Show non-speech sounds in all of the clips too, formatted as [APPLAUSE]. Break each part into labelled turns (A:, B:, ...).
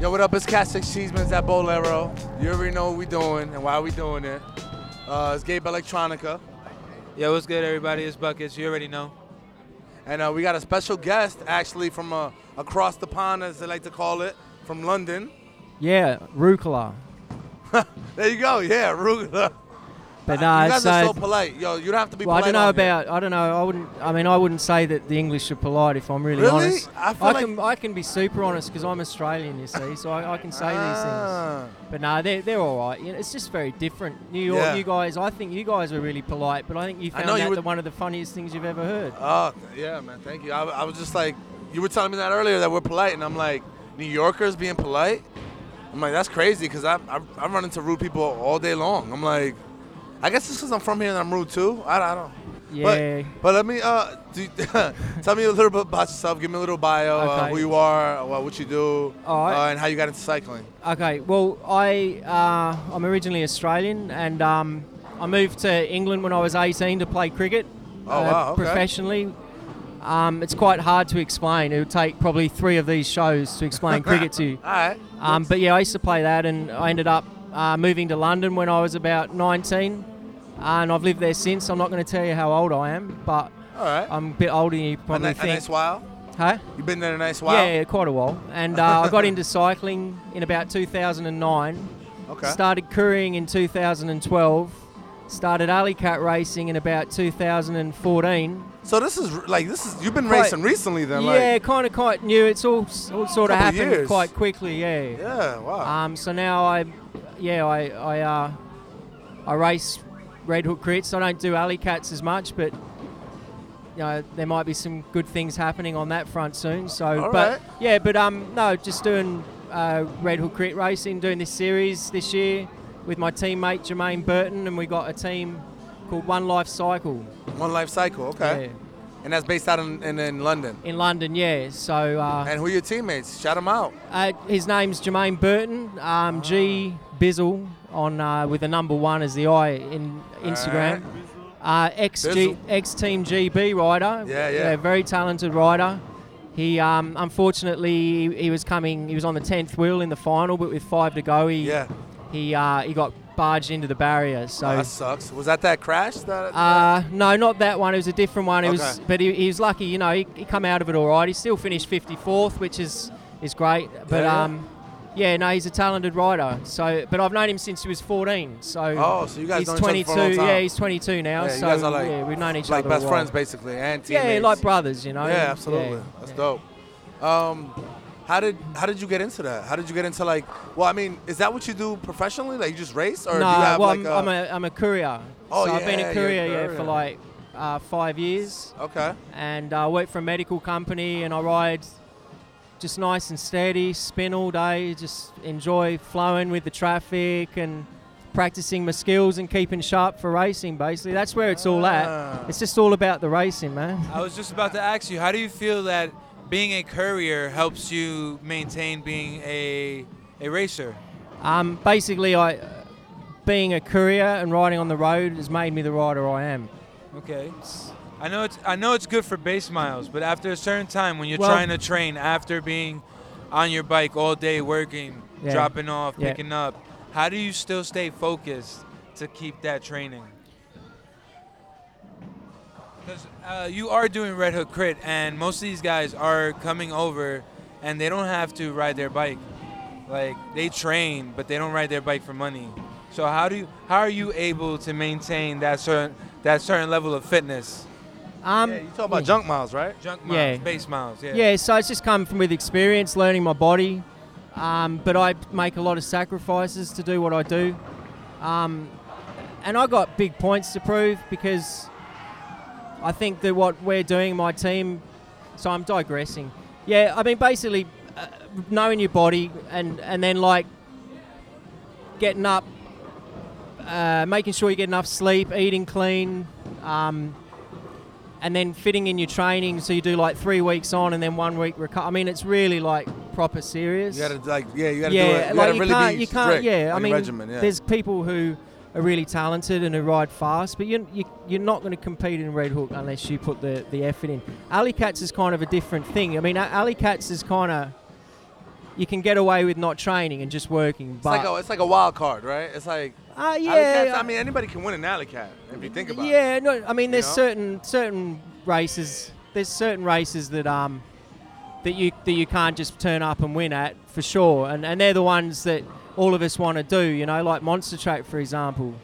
A: Yo, what up? It's Cat Six Cheesemans at Bolero. You already know what we doing and why we doing it. Uh, it's Gabe Electronica,
B: Yo, what's good, everybody? It's Buckets. You already know.
A: and uh, we got a special guest actually from uh, across the pond, as they like to call it, from London.
C: Yeah, Rucola.
A: There you go. Yeah, Rugula. you
C: But no,
A: guys
C: so
A: are so polite. Yo, you don't have to be
C: well, I
A: polite.
C: don't know
A: on here.
C: about. I don't know. I wouldn't. I mean, I wouldn't say that the English are polite. If I'm really,
A: Really?
C: honest,
A: I feel like-
C: can. I can be super honest because I'm Australian. You see, so I, I can say these
A: Ah.
C: things. But no, they're they're all right. You know, it's just very different. New York,
A: Yeah.
C: you guys. I think you guys are really polite. But I think you
A: I
C: found
A: know
C: out
A: you
C: that
A: would-
C: one of the funniest things you've ever heard.
A: Oh, th- yeah, man. Thank you. I, I was just like, you were telling me that earlier that we're polite, and I'm like, New Yorkers being polite? I'm like, that's crazy because I, I, I run into rude people all day long. I'm like, I guess it's because I'm from here and I'm rude too. I, I don't
C: Yeah.
A: But, but let me, uh, do, [LAUGHS] tell me a little bit about yourself. Give me a little bio, uh,
C: Okay.
A: who you are, uh, what you do,
C: All right.
A: uh, and how you got into cycling.
C: Okay, well, I uh, I'm originally Australian, and um, I moved to England when I was 18 to play cricket uh,
A: Oh, wow, okay.
C: professionally. Um, it's quite hard to explain. It would take probably three of these shows to
A: [LAUGHS]
C: explain cricket to you.
A: All right.
C: Um, but yeah, I used to play that, and I ended up uh, moving to London when I was about 19, and I've lived there since. I'm not going to tell you how old I am, but
A: All right.
C: I'm a bit older than you
A: a,
C: probably
A: ni- a
C: think.
A: nice while.
C: Huh?
A: You've been there a nice while.
C: Yeah, yeah, quite a while. And uh, I got into cycling in about 2009.
A: Okay.
C: Started couriering in 2012. Started alley cat racing in about 2014.
A: So this is r- like this is you've been
C: Quite-
A: racing recently then.
C: yeah,
A: Like,
C: kind of quite new. It's all, s- all sort of
A: Couple
C: happened
A: years.
C: quite quickly. Yeah.
A: yeah. Wow.
C: Um. So now I, yeah, I I uh, I race Red Hook crits. I don't do alley cats as much, but you know there might be some good things happening on that front soon. So,
A: All
C: but
A: right.
C: yeah, but um, no, just doing uh, Red Hook crit racing, doing this series this year with my teammate Jermaine Burton, and we got a team called One Life Cycle.
A: One life cycle, okay.
C: Um, Yeah,
A: And that's based out in, in, in London.
C: in London, yeah. So. Uh,
A: And who are your teammates? Shout them out.
C: Uh, his name's Jermaine Burton, um, G Bizzle on uh, with the number one as the I in Instagram. Uh, ex
A: Bizzle.
C: G, ex Team GB rider.
A: Yeah, yeah.
C: Very talented rider. He um, unfortunately he was coming. He was on the tenth wheel in the final, but with five to go, he
A: Yeah. Oh,
C: he uh, he got barged into the barrier. So.
A: that sucks. Was that that crash? That,
C: Uh, no, not that one. It was a different one. It was,
A: Okay.
C: but he, he was lucky. You know, he, he come out of it all right. He still finished 54th, which is is great.
A: Yeah,
C: But
A: yeah.
C: um, yeah, no, he's a talented rider. So, but I've known him since he was 14. So
A: Oh, so you guys
C: he's
A: known each other
C: 22.
A: for a long time.
C: Yeah, he's 22 now.
A: yeah,
C: so
A: you guys are like,
C: yeah, we've known each
A: like
C: other a
A: best
C: while.
A: friends basically and teammates.
C: Yeah, like brothers. You know.
A: Yeah, absolutely.
C: Yeah.
A: That's
C: Yeah.
A: dope. Um, how did how did you get into that? How did you get into like? Well, I mean, is that what you do professionally? Like you just race, or do
C: No,
A: you have
C: well,
A: like
C: I'm,
A: a,
C: I'm a I'm a courier.
A: Oh,
C: so I've been
A: yeah, you're
C: a
A: a
C: courier, yeah,
A: courier.
C: for like uh, five years.
A: okay?
C: and I work for a medical company and I ride just nice and steady, spin all day, just enjoy flowing with the traffic and practicing my skills and keeping sharp for racing basically. That's where it's all
A: Ah.
C: at. It's just all about the racing, man.
B: I was just about to ask you, how do you feel that being a courier helps you maintain being a a racer?
C: Um, basically I being a courier and riding on the road has made me the rider I am.
B: Okay. I know it's I know it's good for base miles, but after a certain time when you're
C: Well-
B: trying to train after being on your bike all day working,
C: Yeah.
B: dropping off,
C: Yeah.
B: picking up, how do you still stay focused to keep that training? Because uh, you are doing Red Hook Crit, and most of these guys are coming over, and they don't have to ride their bike. Like they train, but they don't ride their bike for money. So how do you, how are you able to maintain that certain that certain level of fitness?
C: Um,
A: yeah, you talk about junk miles, right?
B: Junk miles,
C: Yeah.
B: base miles, yeah.
C: Yeah, so it's just come from with experience, learning my body. Um, but I make a lot of sacrifices to do what I do. Um, and I got big points to prove because I think that what we're doing, my team, so I'm digressing. Yeah, I mean, basically, uh, knowing your body and, and then like getting up, uh, making sure you get enough sleep, eating clean, um, and then fitting in your training so you do like three weeks on and then one week recover. I mean, it's really like proper serious.
A: You gotta like, yeah, you gotta
C: yeah,
A: do it. You
C: like
A: gotta
C: you
A: really
C: can't,
A: be
C: you can't,
A: strict
C: yeah. I
A: on your
C: mean,
A: regimen, yeah.
C: there's people who are really talented and who ride fast, but you, you you're not going to compete in Red Hook unless you put the the effort in. Alley Cats is kind of a different thing. I mean, a- Alley Cats is kind of you can get away with not training and just working.
A: It's like,
C: But
A: a, it's like a wild card, right? It's like
C: uh,
A: alley cats.
C: yeah,
A: I mean, anybody can win an alley cat if you think about it.
C: yeah. No, I mean, there's
A: know?
C: certain certain races. There's certain races that um that you that you can't just turn up and win at for sure, and and they're the ones that all of us want to do. You know, like Monster Track, for example.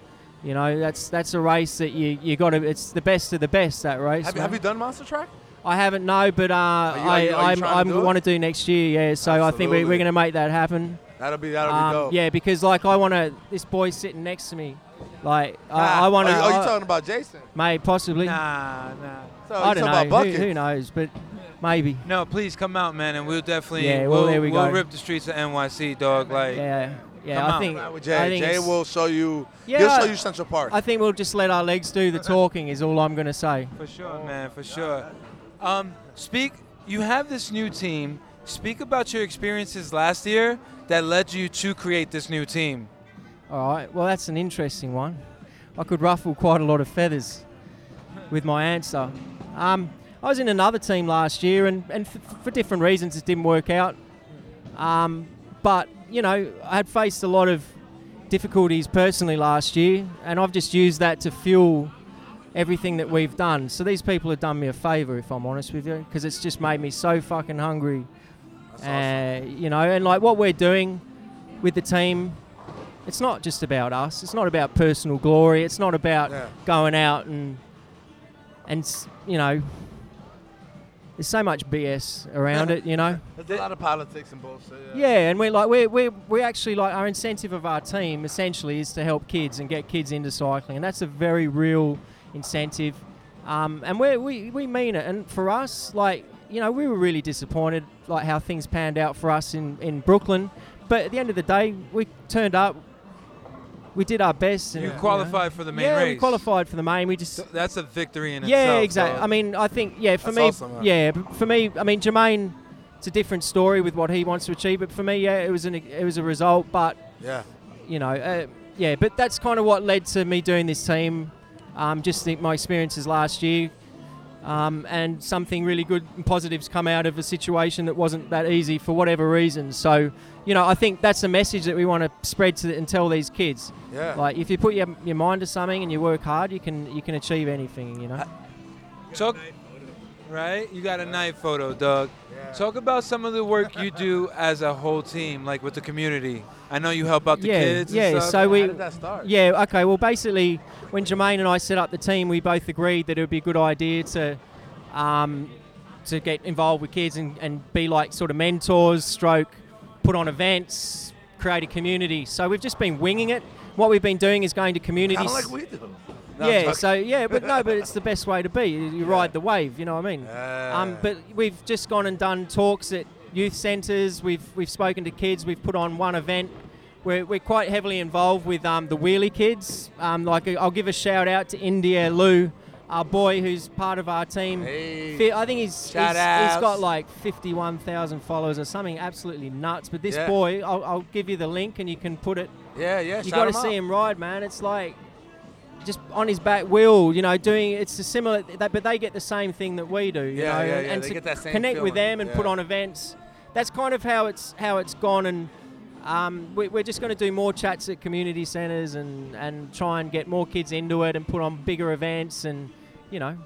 C: You know, that's that's a race that you you got to. It's the best of the best that race.
A: Have, you-
C: man.
A: have you done Monster Track?
C: I haven't no, but
A: you-
C: uh,
A: are
C: I
A: you- are you
C: I'm,
A: trying to
C: I'm
A: do it?
C: want to do next year. Yeah, so I think we,
A: Absolutely.
C: we're going to make that happen.
A: That'll be that'll be
C: Um,
A: dope.
C: yeah, because like I want to. This boy sitting next to me, like
A: Ah,
C: I, I want to.
A: Are, you- are you talking about Jason?
C: Mate, possibly.
B: Nah, nah.
A: So
C: I
A: Oh, you
C: don't
A: talking
C: know.
A: about
C: Who,
A: buckets?
C: who knows? But maybe.
B: No, please come out, man, and we'll definitely.
C: Yeah, well, there we
B: we'll
C: go.
B: rip the streets of NYC, dog. Like,
C: Yeah, yeah.
B: Come
C: I
B: on.
C: think.
A: Right with
C: I
A: Jay.
C: think
A: Jay
C: it's-
A: will show you.
C: Yeah,
A: he'll show
C: I-
A: you Central Park.
C: I think we'll just let our legs do the talking. Is all I'm going to say.
B: for
A: Oh
B: sure, man, for sure. Um, speak. You have this new team. Speak about your experiences last year that led you to create this new team.
C: All right. Well, that's an interesting one. I could ruffle quite a lot of feathers with my answer. Um, I was in another team last year, and, and f- for different reasons, it didn't work out. Um, but, you know, I had faced a lot of difficulties personally last year, and I've just used that to fuel everything that we've done. So these people have done me a favour, if I'm honest with you, because it's just made me so fucking hungry. Uh, you know, and like what we're doing with the team, it's not just about us. It's not about personal glory. It's not about
A: Yeah.
C: going out and and s- you know, there's so much BS around it. You know.
A: There's a lot of politics and bullshit.
C: Yeah, and we're like we're, we're we actually like our incentive of our team essentially is to help kids and get kids into cycling, and that's a very real incentive. Um, and we we we mean it. And for us, like you know, we were really disappointed like how things panned out for us in in Brooklyn, but at the end of the day, we turned up. We did our best. And,
B: You
C: know.
B: qualified for the main
C: yeah,
B: race.
C: we qualified for the main. We just
B: So That's a victory in
C: yeah,
B: itself.
C: exactly.
B: dog.
C: I mean, I think yeah, for
A: That's
C: me,
A: awesome, man.
C: yeah, b- for me, I mean, Jermaine, it's a different story with what he wants to achieve. But for me, yeah, it was an it was a result, but
A: Yeah.
C: you know, uh, yeah, but that's kind of what led to me doing this team. Um, just think my experiences last year, um, and something really good and positives come out of a situation that wasn't that easy for whatever reason. So, you know, I think that's a message that we want to spread to the, and tell these kids.
A: Yeah.
C: Like, if you put your, your mind to something and you work hard, you can you can achieve anything. You know.
B: Talk, right? You got a night photo, Doug.
A: Yeah.
B: Talk about some of the work you do as a whole team, like with the community. I know you help out the
C: yeah,
B: kids.
C: yeah.
B: and stuff.
C: So we,
A: How did that start?
C: yeah, okay. Well, basically, when Jermaine and I set up the team, we both agreed that it would be a good idea to, um, to get involved with kids and, and be like sort of mentors, stroke, put on events, create a community. So we've just been winging it. What we've been doing is going to
A: Kind
C: communities.
A: of like we do. No, I'm
C: yeah,
A: joking.
C: so yeah, but no, but it's the best way to be.
A: [LAUGHS]
C: You you ride the wave, you know what I mean?
A: Yeah.
C: Um, but we've just gone and done talks at youth centres. We've we've spoken to kids. We've put on one event. We're, we're quite heavily involved with um, the wheelie kids. Um, like I'll give a shout out to India Lou, our boy who's part of our team.
A: Hey.
C: Fi- I think he's he's,
A: Shout
C: he's got
A: outs.
C: like 51,000 followers or something absolutely nuts. But this
A: Yeah.
C: boy, I'll, I'll give you the link and you can put it
A: yeah, yeah.
C: you
A: shout
C: got to
A: 'em out.
C: see him ride, man. It's like just on his back wheel, you know, doing it's a similar, that, but they get the same thing that we do, you
A: Yeah,
C: know,
A: yeah,
C: and,
A: yeah,
C: and
A: they
C: to
A: get that same
C: connect with
A: feeling,
C: them and put
A: yeah.
C: on events. That's kind of how it's how it's gone, and um, we, we're just going to do more chats at community centres and and try and get more kids into it and put on bigger events and you know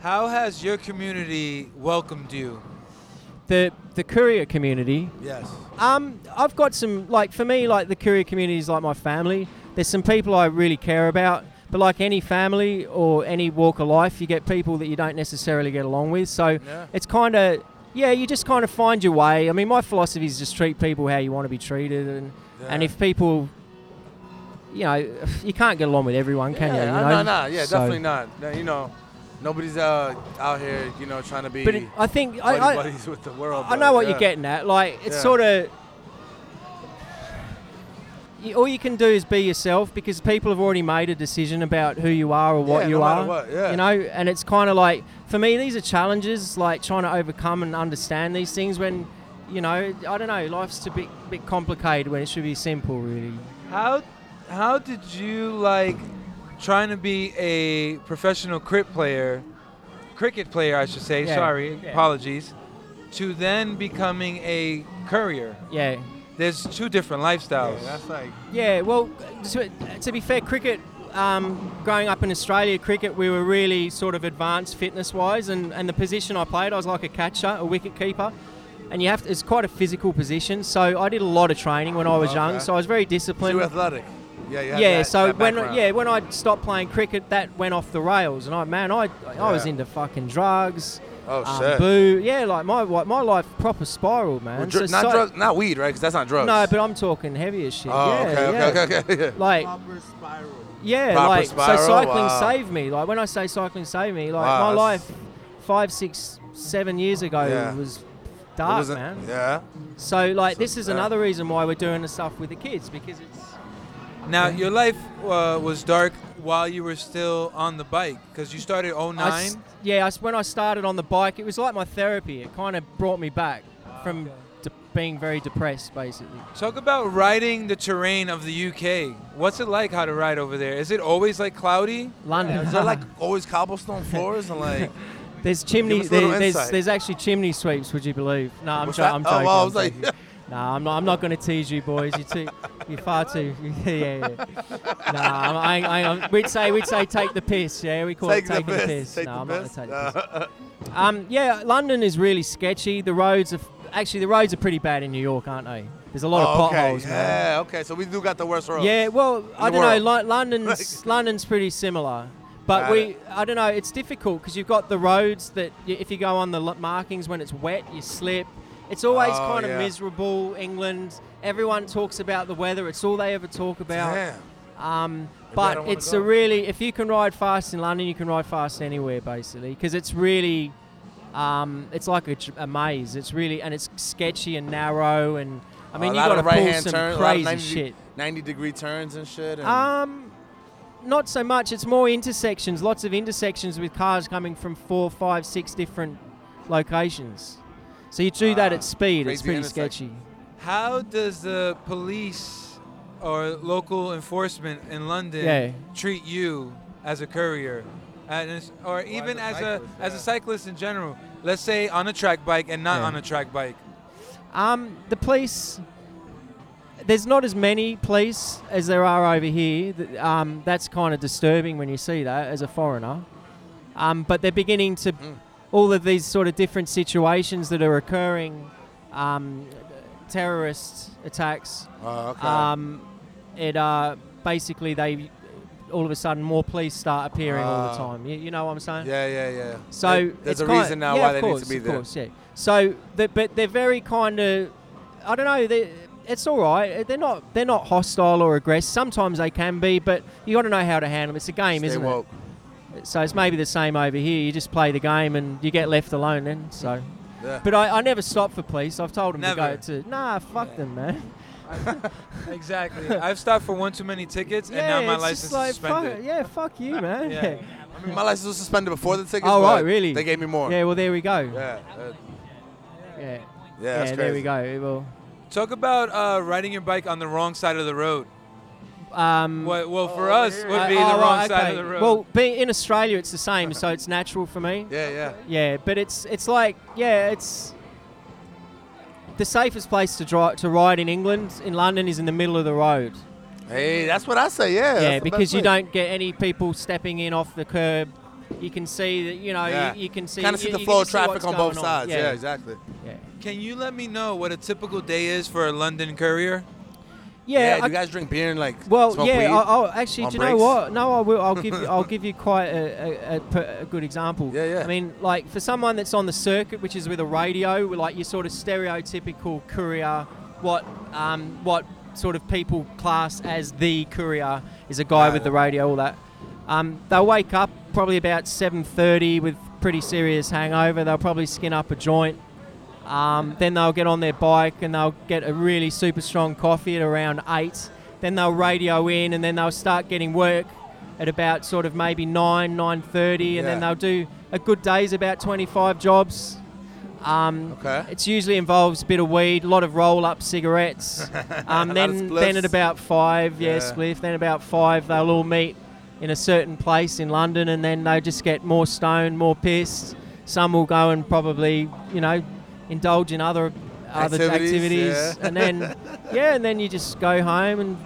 B: How has your community welcomed you?
C: the the courier community
A: Yes.
C: Um, I've got some like for me, like the courier community is like my family. There's some people I really care about, but like any family or any walk of life, you get people that you don't necessarily get along with. So
A: Yeah.
C: it's kind of yeah, you just kind of find your way. I mean, my philosophy is just treat people how you want to be treated, and and
A: Yeah.
C: if people, you know, you can't get along with everyone, can
A: yeah,
C: you? you
A: no,
C: know?
A: no, no, yeah,
C: So-
A: definitely not. No, You know, nobody's uh, out here, you know, trying to be
C: But it, I think I,
A: buddy
C: I,
A: buddies with the world.
C: I
A: but,
C: know what
A: yeah.
C: you're getting at. Like it's
A: Yeah.
C: sort of you, all you can do is be yourself because people have already made a decision about who you are or what
A: Yeah,
C: you
A: no matter
C: are.
A: what, yeah.
C: You know, and it's kind of like for me, these are challenges like trying to overcome and understand these things. When you know, I don't know, life's a bit bit complicated when it should be simple, really.
B: How how did you like trying to be a professional cricket player, cricket player I should say,
C: Yeah,
B: sorry,
C: yeah.
B: apologies, to then becoming a courier.
C: Yeah.
B: There's two different lifestyles.
A: that's like
C: Yeah, well, to, to be fair, cricket, um, growing up in Australia, cricket, we were really sort of advanced fitness wise, and, and the position I played, I was like a catcher, a wicket keeper. And you have to, it's quite a physical position, so I did a lot of training when I was young,
A: Okay.
C: so I was very
A: so
C: disciplined.
A: you're athletic. Yeah, you had
C: yeah,
A: that-
C: so
A: that
C: when
A: background.
C: yeah when I stopped playing cricket, that went off the rails, and I man, I I was
A: Yeah.
C: into fucking drugs,
A: Oh
C: um,
A: shit.
C: boo, yeah, like my wi- my life proper spiraled, man.
A: Well, dr-
C: So
A: not
C: so-
A: drug, not weed, right? Because that's not drugs.
C: no, but I'm talking heavy as shit.
A: Oh,
C: yeah,
A: okay,
C: yeah.
A: okay, okay, okay,
C: Like
D: Proper spiral.
C: Yeah,
A: Proper
C: like so
A: spiral,
C: cycling
A: wow.
C: saved me. Like when I say cycling saved me, like
A: Wow,
C: my
A: that's-
C: life five, six, seven years ago
A: Yeah.
C: was
A: It
C: dark,
A: wasn't-
C: man.
A: Yeah.
C: So like this is
A: yeah.
C: another reason why we're doing the stuff with the kids because it's
B: Now your life uh, was dark while you were still on the bike because you started
C: I s-
B: 09.
C: yeah, I s when I started on the bike, it was like my therapy. It kind of brought me back from
B: okay.
C: de- being very depressed, basically.
B: Talk about riding the terrain of the UK. What's it like how to ride over there? Is it always like cloudy?
C: London.
A: Is there
C: [LAUGHS]
A: like always cobblestone floors and like?
C: there's chimney.
A: us a little
C: There, there's
A: insight.
C: there's actually chimney sweeps. Would you believe? No, I'm,
A: What's
C: jo-
A: that?
C: I'm
A: Oh,
C: joking.
A: well, I
C: I'm
A: was like- [LAUGHS]
C: joking. Nah, I'm not. I'm not going to tease you, boys. You're too. You're far too. [LAUGHS] yeah, yeah. yeah. Nah, I'm, I, ain't- I, ain't- we'd say we'd say take the piss. Yeah, we call
A: Take
C: it
A: the
C: taking
A: piss.
C: no,
A: Take
C: I'm
A: the
C: not
A: piss. Uh,
C: going to take the piss. Um, yeah, London is really sketchy. The roads are f- actually the roads are pretty bad in New York, aren't they? There's a lot of
A: Oh, okay.
C: potholes, man.
A: Yeah. Okay. So we do got the worst roads.
C: Yeah, well, I
A: the
C: don't know.
A: world.
C: Lo-
A: [LAUGHS]
C: London's London's pretty similar, but
A: Got
C: we
A: it.
C: I don't know. It's difficult because you've got the roads that y- if you go on the lo- markings when it's wet, you slip. It's always
A: Oh,
C: kind of
A: yeah.
C: miserable. England. Everyone talks about the weather. It's all they ever talk about.
A: Damn.
C: Um,
A: I don't
C: but
A: wanna
C: it's
A: go.
C: a really if you can ride fast in London, you can ride fast anywhere basically because it's really. Um, it's like a, j- a maze. It's really and it's sketchy and narrow and I mean
A: Oh, a
C: you
A: lot
C: got to
A: of right
C: pull
A: hand
C: some
A: turns, a lot of
C: crazy
A: 90,
C: shit.
A: 90 degree turns and shit. And
C: Um, not so much. It's more intersections. Lots of intersections with cars coming from four, five, six different locations. So you do that
A: Ah,
C: at speed. It's
A: crazy
C: pretty sketchy.
A: intersections.
B: How does the police or local enforcement in London
C: Yeah.
B: treat you as a courier, and as- or even
A: as a
B: as a
A: cyclist,
B: as
A: yeah.
B: a cyclist in general? Let's say on a track bike and not
C: Yeah.
B: on a
A: [LAUGHS]
B: track bike.
C: Um, the police. There's not as many police as there are over here. Th- Um, that's kind of disturbing when you see that as a foreigner. Um, but they're beginning to
A: Mm.
C: all of these sort of different situations that are occurring, um, terrorist attacks,
A: Oh, okay.
C: Um, it uh, basically they all of a sudden more police start appearing all the
A: Ah.
C: time. You, you know what I'm saying?
A: yeah, yeah, yeah.
C: So
A: There- there's
C: it's
A: a
C: kind-
A: reason now
C: yeah,
A: why
C: of
A: they
C: course,
A: need to be
C: of
A: there.
C: Course, yeah. So, the, but they're very kind of, I don't know. They, it's all right. They're not they're not hostile or aggressive. Sometimes they can be, but you got to know how to handle them. It's a game,
A: Stay
C: isn't
A: woke.
C: it? So it's maybe the same over here. You just play the game and you get left alone then. So.
A: Yeah.
C: But I, I never stop for police. I've told them
B: Never.
C: to go to nah, fuck them, man.
B: Exactly. [LAUGHS] I've stopped for one too many tickets, and
C: yeah,
B: now my
C: it's
B: license
C: just like,
B: is suspended.
C: Fuck, yeah, fuck
A: [LAUGHS]
C: you, man.
B: Yeah.
A: I mean, my license was suspended before the tickets.
C: Oh,
A: but
C: right, really?
A: They gave me more.
C: Yeah, well, there we go. Yeah,
A: Yeah. uh,
C: yeah,
A: yeah, that's
C: there
A: crazy.
C: we go. It will.
B: Talk about uh, riding your bike on the wrong side of the road.
C: Um,
B: Well, well for
A: Oh,
B: us,
A: yeah.
B: would
C: I-
B: be the
C: oh, right,
B: wrong side
C: okay.
B: of the road.
C: Well, being in Australia, it's the same, so it's natural for me.
A: Yeah, yeah.
C: Yeah, but it's it's like yeah, it's the safest place to drive to ride in England in London is in the middle of the road.
A: Hey, that's what I say. Yeah.
C: yeah,
A: that's the
C: because
A: best
C: you
A: way.
C: don't get any people stepping in off the curb. You can see that you know
A: Yeah.
C: you, you can see
A: Kind of see
C: you-
A: the
C: you
A: flow
C: can
A: of
C: see
A: traffic
C: what's
A: on both
C: going
A: sides. Yeah.
C: Yeah,
A: exactly.
C: yeah.
B: Can you let me know what a typical day is for a London courier?
C: Yeah, I-
A: do you guys drink beer and like
C: Well,
A: smoke weed?
C: yeah. I'll, I'll actually.
A: on
C: Do you know
A: breaks?
C: what? No, I will. I'll give. You, I'll give you quite a, a, a, per- a good example.
A: Yeah, yeah.
C: I mean, like for someone that's on the circuit, which is with a radio, we're like your sort of stereotypical courier. What, um, what sort of people class as the courier is a guy
A: Got
C: with
A: it.
C: the radio, all that. Um, they'll wake up probably about 7:30 with pretty serious hangover. They'll probably skin up a joint. Um, then they'll get on their bike and they'll get a really super strong coffee at around eight. Then they'll radio in and then they'll start getting work at about sort of maybe nine, nine thirty, and then
A: Yeah.
C: they'll do a good day's about twenty-five jobs. Um,
A: Okay.
C: It usually involves a bit of weed, a lot of
A: [LAUGHS]
C: roll-up cigarettes. Um,
A: of
C: then, then
A: spliffs.
C: at about five, yeah,
A: Yeah.
C: spliff. Then about five, they'll all meet in a certain place in London, and then they just get more stoned, more pissed. Some will go and probably, you know, indulge in other other
A: Activities,
C: activities,
A: yeah. [LAUGHS]
C: and then yeah, and then you just go home and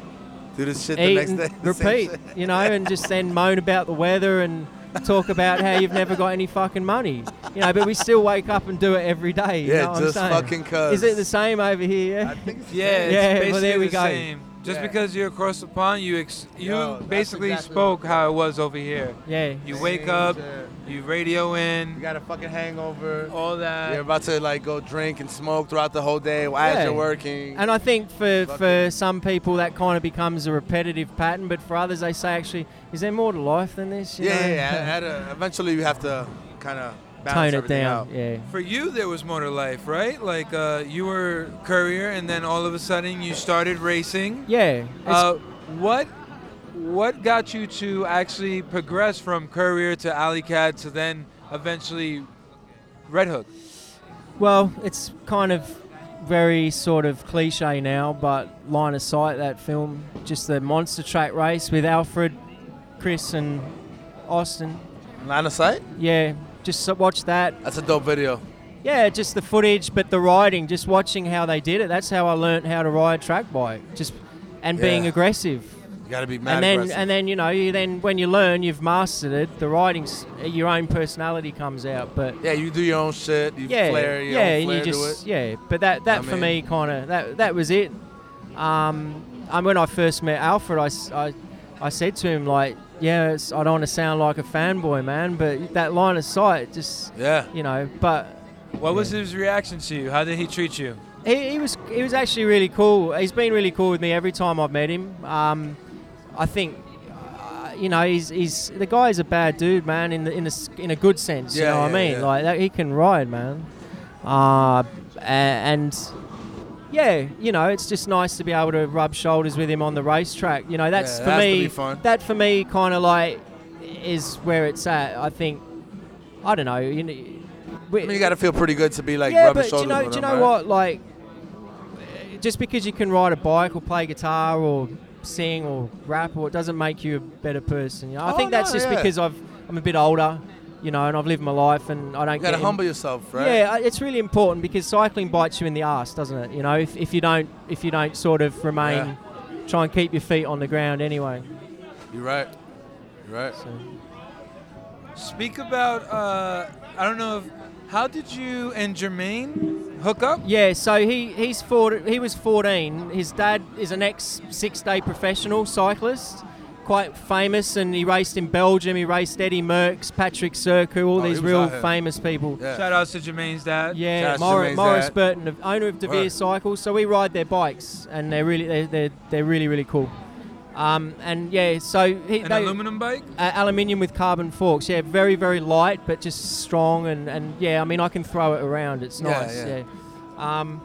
A: Do this shit the
C: eat
A: next
C: and
A: day. [LAUGHS] the same
C: repeat,
A: shit.
C: you know, and just then moan about the weather and talk about how you've never got any fucking money, you know. But we still wake up and do it every day. you
A: Yeah,
C: know what I'm
A: just
C: saying?
A: fucking 'cause.
C: Is it the same over here? Yeah?
A: I think it's the
B: Yeah,
A: same.
B: it's
C: Yeah, well,
B: basically
C: there we
B: the
C: go.
B: same. Just
A: Yeah.
B: because you're across the pond, you ex- you
A: Yo, that's
B: basically
A: exactly
B: spoke
A: what-
B: how it was over here.
C: yeah.
B: You
A: Same
B: wake up,
A: shit.
B: you radio
A: You
B: in,
A: got a fucking hangover.
B: all that.
A: You're about to like go drink and smoke throughout the whole day while
C: Yeah.
A: you're working.
C: And I think for,
A: Fuck
C: for some people that kind of becomes a repetitive pattern, but for others they say actually, is there more to life than this? You
A: yeah,
C: know?
A: yeah, yeah. I had a- eventually, you have to kind of balance
C: Tone it
A: everything
C: down.
A: out.
C: Yeah.
B: For you, there was more to life, right? Like uh, you were courier, and then all of a sudden you started racing.
C: Yeah. It's-
B: Uh, what what got you to actually progress from courier to alley cat to then eventually Red Hook?
C: well, it's kind of very sort of cliche now, but line of sight that film, just the monster track race with Alfred, Chris, and Austin.
A: Line of sight.
C: Yeah. Just so- watch that.
A: That's a dope video.
C: Yeah, just the footage, but the riding, just watching how they did it. That's how I learnt how to ride track bike, just and being
A: Yeah.
C: aggressive.
A: You got to be mad
C: and then
A: aggressive.
C: and then you know you then when you learn you've mastered it the writing's your own personality comes out but
A: yeah, you do your own shit. You
C: yeah
A: flare your
C: yeah
A: own
C: and
A: flare
C: you just
A: to it.
C: yeah but that that
A: I
C: for
A: mean-
C: me kind of that that was it um and when i first met alfred i s- i, I said to him like yeah it's, i don't want to sound like a fanboy man but that line of sight just
A: Yeah.
C: you know but
B: What was his reaction to you? How did he treat you?
C: He, he was he was actually really cool. He's been really cool with me every time I've met him. Um, I think, uh, you know, he's, he's the guy is a bad dude, man. In the in a s- in a good sense,
A: Yeah,
C: you know what I
A: yeah,
C: mean?
A: yeah.
C: Like that, he can ride, man. Uh, a- and yeah, you know, it's just nice to be able to rub shoulders with him on the racetrack. You know, that's
A: Yeah, it
C: for
A: has to
C: me.
A: be fun.
C: That for me, kind of like, is where it's at. I think. I don't know. You know, we,
A: I mean, you got to feel pretty good to be like
C: yeah,
A: rubbing
C: but do you
A: shoulders
C: know,
A: with
C: do you
A: them,
C: know
A: right?
C: what? Like, eh, just because you can ride a bike or play guitar or sing or rap, or it doesn't make you a better person. You know? I
A: Oh,
C: think that's
A: no,
C: just
A: yeah.
C: because I've I'm a bit older, you know, and I've lived my life, and I don't
A: You got to
C: get
A: humble yourself, right?
C: yeah, I- it's really important because cycling bites you in the ass, doesn't it? You know, if, if you don't if you don't sort of remain, try and keep your feet on the ground anyway.
A: You're right. You're right.
C: So.
B: Speak about. Uh, I don't know. If, how did you and Jermaine hook up?
C: Yeah, so he he's four, he was 14. His dad is an ex six-day professional cyclist, quite famous, and he raced in Belgium. He raced Eddie Merckx, Patrick Circu, all
A: Oh, he
C: these
A: was
C: real
A: out here.
C: famous people.
A: Yeah.
B: Shout outs to Jermaine's dad.
C: Yeah,
A: Shout out to
C: Mor-
A: Jermaine's
C: Morris
A: dad.
C: Burton, the owner of De
A: Word.
C: Beers Cycles. So we ride their bikes, and they're really they're they're, they're really really cool. Um, and yeah, so he,
B: An
C: they,
B: aluminum
C: [LAUGHS]
B: bike.
C: uh, aluminium with carbon forks. Yeah, very very light, but just strong and and yeah. I mean, I can throw it around. It's
A: Yeah,
C: nice. Yeah.
A: yeah.
C: Um,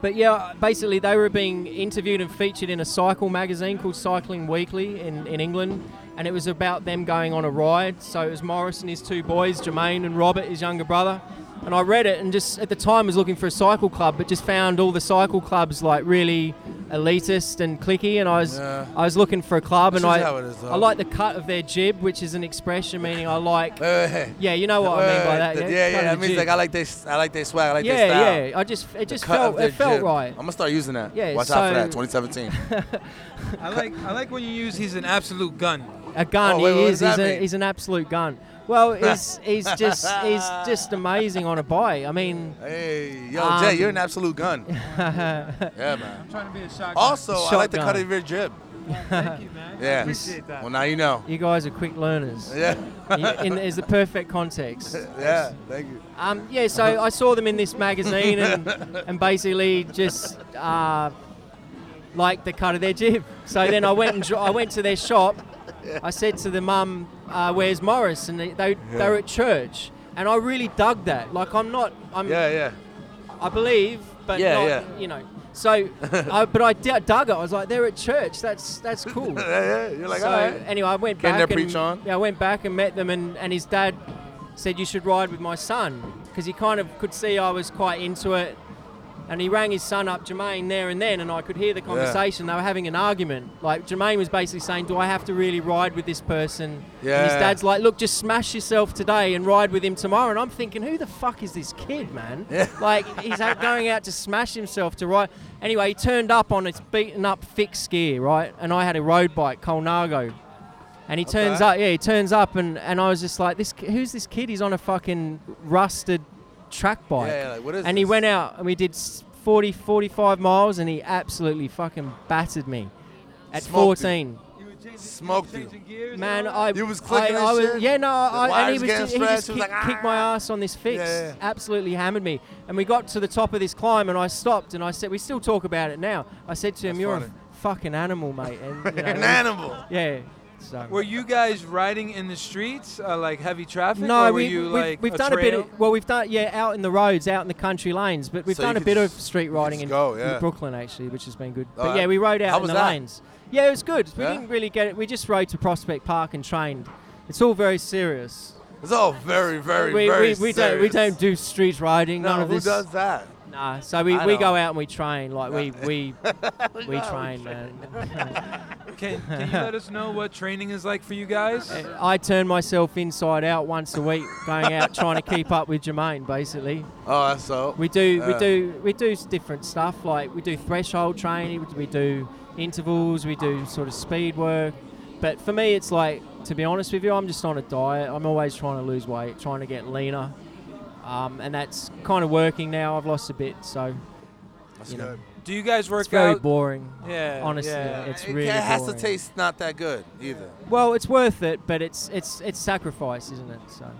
C: but yeah, basically they were being interviewed and featured in a cycle magazine called Cycling Weekly in, in England, and it was about them going on a ride. So it was Morris and his two boys, Jermaine and Robert, his younger brother. And I read it and just at the time was looking for a cycle club, but just found all the cycle clubs like really elitist and clicky. And I was
A: Yeah.
C: I was looking for a club,
A: This
C: and
A: is
C: I
A: how it is, though.
C: I like the cut of their jib, which is an expression meaning I like.
A: Wait, wait, hey.
C: Yeah, you know what I mean by
A: Wait,
C: that.
A: the-
C: Yeah,
A: yeah.
C: cut of
A: That
C: the
A: means
C: jib.
A: like I like they, s- I like they swag. I like their style.
C: yeah, yeah. I just it just
A: Cut of
C: felt
A: their
C: it felt
A: jib.
C: right.
A: I'm gonna start using that.
C: Yeah,
A: Watch out for
C: so-
A: that. 2017.
B: I like. I like when you use. He's an absolute gun.
C: A gun.
A: Oh, wait,
C: he
A: what
C: is.
A: does that
C: He's, a,
A: mean?
C: he's an absolute gun.
A: [LAUGHS]
C: Well, he's he's just he's just amazing on a bike. I mean,
A: Hey, yo, Jay,
C: Um,
A: you're an absolute
C: [LAUGHS]
A: gun. yeah, man.
B: I'm trying to be a shotgun.
A: Also, I like the
C: Shotgun.
A: cut of your jib.
B: thank you, man.
A: Yeah.
B: appreciate that.
A: Well, now you know.
C: you guys are
A: [LAUGHS]
C: quick learners.
A: Yeah.
C: You- in, is the perfect context.
A: yeah. Thank you.
C: Um, yeah, so
A: Uh-huh.
C: I saw them in this magazine and,
A: [LAUGHS]
C: and basically just uh, liked the cut of their jib. So then I went and dro- I went to their shop. I said to the mum, uh, "Where's Morris?" And they they, they were at church, and I really dug that. Like I'm not I'm
A: Yeah, yeah.
C: I believe, but
A: Yeah,
C: not,
A: yeah.
C: you know. So, I, but I d- dug it. I was like, they're at church. That's
A: [LAUGHS]
C: that's cool.
A: yeah, yeah. You're like,
C: so
A: all right.
C: anyway, I went
A: Getting
C: back
A: their
C: and
A: preach on.
C: yeah, I went back and met them, and, and his dad said you should ride with my son because he kind of could see I was quite into it, And he rang his son up, Jermaine, there and then, and I could hear the conversation. They were having an argument. Like, Jermaine was basically saying, Do I have to really ride with this person? And his
A: Yeah.
C: dad's like, Look, just smash yourself today and ride with him tomorrow. And I'm thinking, Who the fuck is this kid, man?
A: Yeah.
C: [LAUGHS] Like, he's out going out to smash himself to ride. Anyway, he turned up on his beaten up fixed gear, right? And I had a road bike, Colnago. And he turns
A: Okay.
C: up, yeah, he turns up, and, and I was just like, this, ki- who's this kid? He's on a fucking rusted track bike.
A: Yeah, like, what is
C: and he
A: this?
C: went out, and we did s- 40, 45 miles, and he absolutely fucking battered me at
A: Smoked you.
C: 14.
A: Smoked you.
C: Man, I
A: You was clicking
C: I,
A: and
C: I was,
A: shit?
C: Yeah, no, I, and
A: wires
C: he was
A: getting
C: just, he just
A: stretched, it was
C: kick-
A: like,
C: kicked my
A: "Ah."
C: ass on this fix.
A: Yeah, yeah.
C: Absolutely hammered me. And we got to the top of this climb, and I stopped, and I said, "We still talk about it now." I said to him,
A: That's
C: "You're
A: funny.
C: a fucking animal, mate." And, you
A: [LAUGHS] [LAUGHS]
C: know,
A: An animal.
C: Yeah. So.
B: Were you guys riding in the streets, uh, like heavy traffic? or
C: no,
B: were
C: we,
B: you
C: we've,
B: like
C: we've
B: a
C: done
B: trail?
C: a bit. Of, well, we've done yeah, out in the roads, out in the country lanes, but we've
A: So you
C: done a
A: could
C: bit
A: just-
C: of street
A: could
C: riding
A: just
C: in,
A: go,
C: in
A: yeah.
C: Brooklyn actually, which has been good.
A: Oh,
C: But
A: yeah.
C: yeah, we rode out
A: How
C: in
A: was
C: the
A: that?
C: lanes. Yeah, it was good. We
A: Yeah?
C: didn't really get it. We just rode to Prospect Park and trained. It's all very serious.
A: It's all very, very,
C: we,
A: very
C: we, we don't we
A: serious.
C: don't do street riding.
A: No,
C: none of
A: who
C: this.
A: does that?
C: Nah. So we,
A: I
C: we
A: don't.
C: go out and we train. Like we
A: [LAUGHS]
C: we we train, man. [LAUGHS]
B: Can, can you let us know what training is like for you guys?
C: I turn myself inside out once a week, going out trying to keep up with Jermaine, basically.
A: Oh, that's so.
C: We do, we
A: Yeah.
C: do, we do s- different stuff. Like we do threshold training, we do intervals, we do sort of speed work. But for me, it's like, to be honest with you, I'm just on a diet. I'm always trying to lose weight, trying to get leaner, um, and that's kind of working now. I've lost a bit, so
A: That's
C: you know,
A: good.
B: Do you guys work
C: it's very
B: out?
C: boring.
B: yeah.
C: honestly,
B: yeah.
C: it's
A: it
C: really
A: ca- has to
C: boring.
A: taste not that good either.
C: Well, it's worth it, but it's it's it's sacrifice, isn't it? So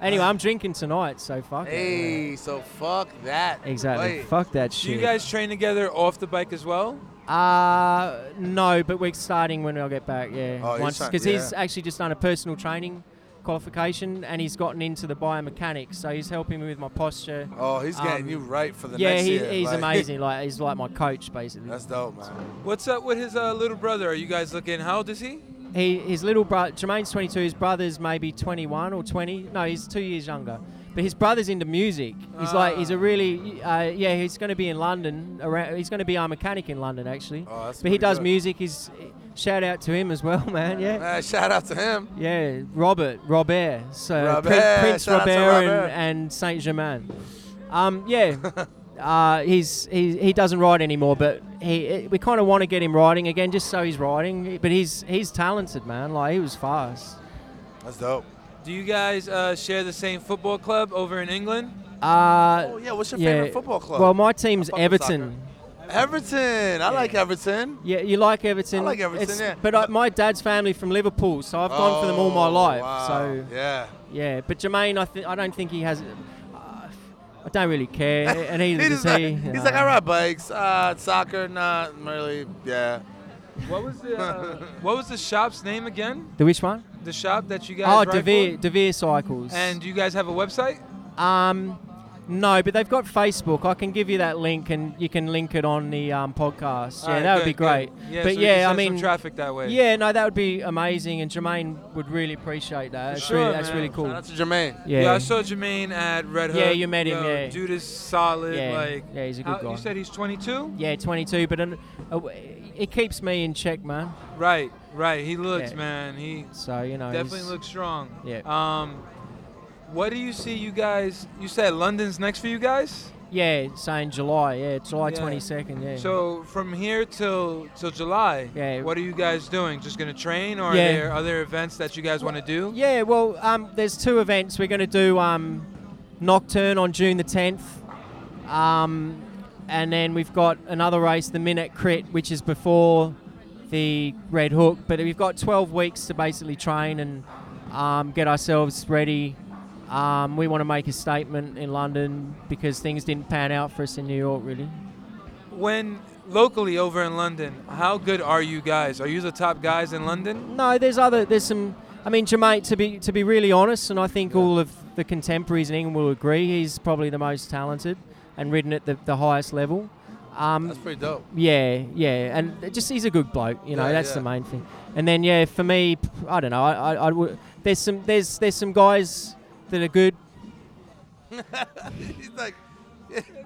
C: anyway, I'm drinking tonight, so fuck it, yeah.
A: Hey, so fuck that.
C: Exactly.
A: Wait.
C: Fuck that
B: Do
C: shit.
B: you guys train together off the bike as well?
C: Uh, no, but we're starting when I get back. Yeah,
A: Oh, he's trying-
C: because he's
A: yeah.
C: actually just done a personal training qualification and he's gotten into the biomechanics, so he's helping me with my posture.
A: Oh, he's getting
C: Um,
A: you right for the
C: yeah,
A: next
C: he,
A: year.
C: he's
A: like- [LAUGHS]
C: amazing. Like he's like my coach basically.
A: That's dope, man.
B: What's up with his uh, little brother? Are you guys looking? How old is he?
C: he his little brother Jermaine's 22. His brother's maybe 21 or 20. No, he's two years younger. But his brother's into music. He's like
A: Ah.
C: he's a really uh, yeah. He's going to be in London. Around, he's going to be our mechanic in London actually.
A: Oh, that's
C: but he
A: pretty
C: does
A: good.
C: music. He's shout out to him as well, [LAUGHS] man. Yeah.
A: Uh, shout out to him.
C: Yeah, Robert, Robert. So
A: Robert,
C: Prin- Prince
A: shout out to
C: Robert,
A: Robert.
C: And, and Saint Germain. Um,
A: [LAUGHS]
C: yeah, uh, he's he, he doesn't ride anymore, but he we kind of want to get him riding again, just so he's riding. But he's he's talented, man. Like he was fast.
A: That's dope.
B: Do you guys uh, share the same football club over in England?
C: Uh,
A: Oh yeah, what's your
C: yeah.
A: favorite football club?
C: Well, my team's
A: I fuck with
C: Everton.
A: Everton. I like Everton.
C: Yeah, you like Everton.
A: I like Everton, yeah.
C: But I, my dad's family from Liverpool, so I've gone for them all my
A: Oh,
C: life.
A: wow.
C: So
A: yeah,
C: Yeah, but Jermaine, I th- I don't think he has. Uh, I don't really care,
B: [LAUGHS]
A: [LAUGHS]
C: and neither
A: he's
C: does
A: just
C: he.
A: like,
C: you
A: he's
C: know.
A: like, I ride bikes, uh, soccer, not really. Yeah,
B: What was the uh, What was the shop's name again?
C: The which one?
B: The shop that you guys.
C: Oh,
B: ride for?
C: Devere, Devere Cycles.
B: And do you guys have a website?
C: um, no, but they've got Facebook. I can give you that link, and you can link it on the um, podcast. Yeah,
B: Alright,
C: that would
B: good,
C: be great.
B: good. Yeah, so
C: but
B: we can
C: yeah, I
B: send some
C: mean,
B: traffic that way.
C: yeah, no, that would be amazing, and Jermaine would really appreciate that. That's
B: sure,
C: really, that's
B: man.
C: really cool.
A: shout out to Jermaine.
C: yeah.
B: I saw Jermaine at Red Hook.
C: Yeah, you met him,
B: Yo,
C: yeah.
B: dude is solid.
C: Yeah,
B: Like,
C: yeah, he's a good
B: how-
C: guy.
B: You said he's 22.
C: yeah, 22, but an, uh, it keeps me in check, man.
B: Right, right. He looks,
C: Yeah.
B: man. He
C: So you know,
B: definitely
C: he's-
B: looks strong.
C: Yeah.
B: Um, what do you see, you guys? You said London's next for you guys.
C: Yeah, so in July, yeah, July
B: Yeah.
C: twenty second, yeah.
B: So from here till till July,
C: Yeah.
B: what are you guys doing? Just gonna train, or
C: Yeah.
B: are there other events that you guys want to do?
C: yeah, well, um, there's two events we're going to do. Um, Nocturne on June the tenth, um, and then we've got another race, the Minute Crit, which is before the Red Hook. But we've got twelve weeks to basically train and um, get ourselves ready. Um, we want to make a statement in London because things didn't pan out for us in New York, really.
B: When locally over in London, how good are you guys? Are you the top guys in London?
C: No, there's other. There's some. I mean, Jermaine. To be to be really honest, and I think all of the contemporaries in England will agree, he's probably the most talented and ridden at the, the highest level. Um,
A: That's pretty dope. [LAUGHS]
C: yeah, yeah, and it just he's a good bloke. You know,
A: Yeah,
C: that's
A: yeah.
C: the main thing. And then yeah, for me, p- I don't know. I, I, I would, there's some there's there's some guys that are good.
A: He's like,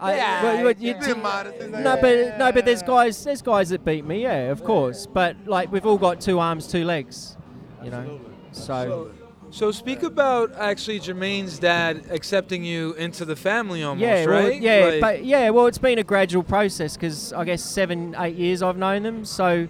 C: I,
B: Yeah,
C: Uh, well, you- you-
B: yeah.
A: Being modest, it's like,
C: no, but no, but there's guys, there's guys that beat me. Yeah, of course. But like we've all got two arms, two legs. You know, so
B: So speak about actually Jermaine's dad accepting you into the family almost,
C: yeah, well,
B: right?
C: yeah,
B: Like-
C: but yeah, well, it's been a gradual process because I guess seven, eight years I've known them. So,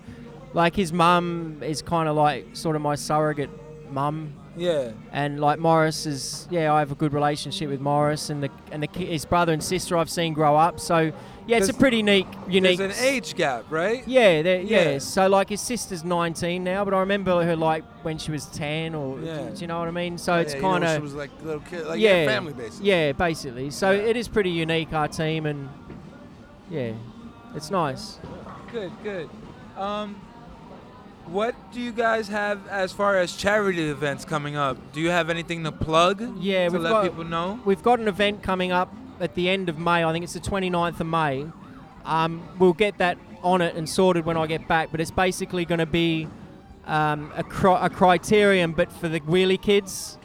C: like his mum is kind of like sort of my surrogate mum
B: yeah.
C: and like Morris is yeah I have a good relationship with Morris and the and the ki- his brother and sister I've seen grow up so yeah it's a
B: There's-
C: pretty neat unique
B: There's an age gap, right?
C: yeah, there- yeah
B: Yeah.
C: yeah so like his sister's 19 now but I remember her like when she was 10 or
B: Yeah.
C: do you know what I mean so it's
A: Yeah, you know,
C: kind
A: she
C: of
A: was like a little kid, like
C: yeah
A: yeah, family basically.
C: yeah basically so
A: Yeah.
C: it is pretty unique our team and yeah it's nice
B: Good, good. Um, what do you guys have as far as charity events coming up? Do you have anything to plug?
C: Yeah,
B: to
C: we've
B: let
C: got-
B: people know.
C: we've got an event coming up at the end of May. I think it's the 29th of May. Um, we'll get that on it and sorted when I get back. But it's basically going to be um, a, cri- a criterion, but for the wheelie kids.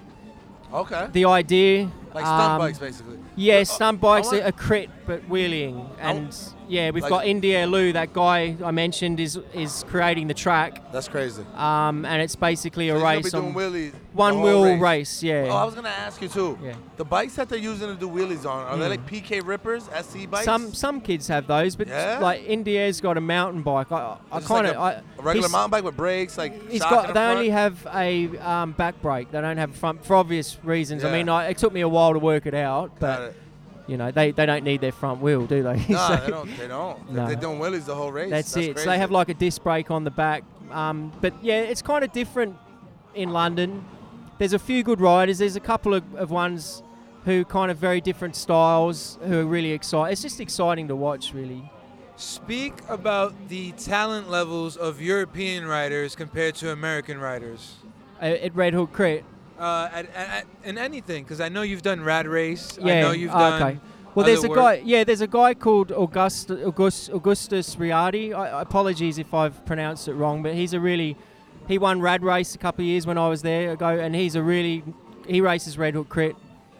A: Okay.
C: The idea,
A: like stunt
C: um,
A: bikes basically.
C: Yeah,
A: But, uh,
C: stunt bikes
A: I
C: are
A: want-
C: a crit, but wheeling. And yeah, we've
A: like-
C: got India Lou, that guy I mentioned, is is creating the track.
A: That's crazy.
C: Um, and it's basically a
A: He's gonna be
C: race
A: doing
C: on
A: wheelies the
C: one
A: whole
C: wheel race. Yeah.
A: Oh, I was gonna ask you too.
C: Yeah. Hmm.
A: The bikes that they're using to do wheelies on are they like PK rippers, SC bikes?
C: Some some kids have those, but
A: Yeah?
C: like India's got a mountain bike. I, I
A: Just like
C: kind of
A: a- a regular mountain bike with brakes, like
C: He's
A: shock
C: got.
A: in
C: They
A: the front.
C: only have a um, back brake. They don't have a front for obvious reasons. I
A: Yeah.
C: mean, I, it took me a while to work it
A: Got
C: out, but [LAUGHS]
A: it.
C: you know they, they don't need their front wheel, do they? [LAUGHS]
A: Nah,
C: So
A: they don't. They don't.
C: No.
A: They're doing wheelies the whole race.
C: That's,
A: That's
C: it.
A: Crazy.
C: So they have like a disc brake on the back. Um, but yeah, it's kind of different in London. There's a few good riders. There's a couple of, of ones who kind of very different styles who are really exciting. It's just exciting to watch, really.
B: Speak about the talent levels of European riders compared to American riders.
C: Uh, At Red Hook Crit,
B: Uh, at, at, at- in anything, because I know you've done Rad Race. I
C: Yeah,
B: know you've
C: oh,
B: done.
C: okay. Well, there's
B: other
C: a
B: work.
C: guy. Yeah, there's a guy called August, August, Augustus Riardi. I, I apologies if I've pronounced it wrong, but he's a really. He won Rad Race a couple of years when I was there ago, and he's a really. He races Red Hook Crit,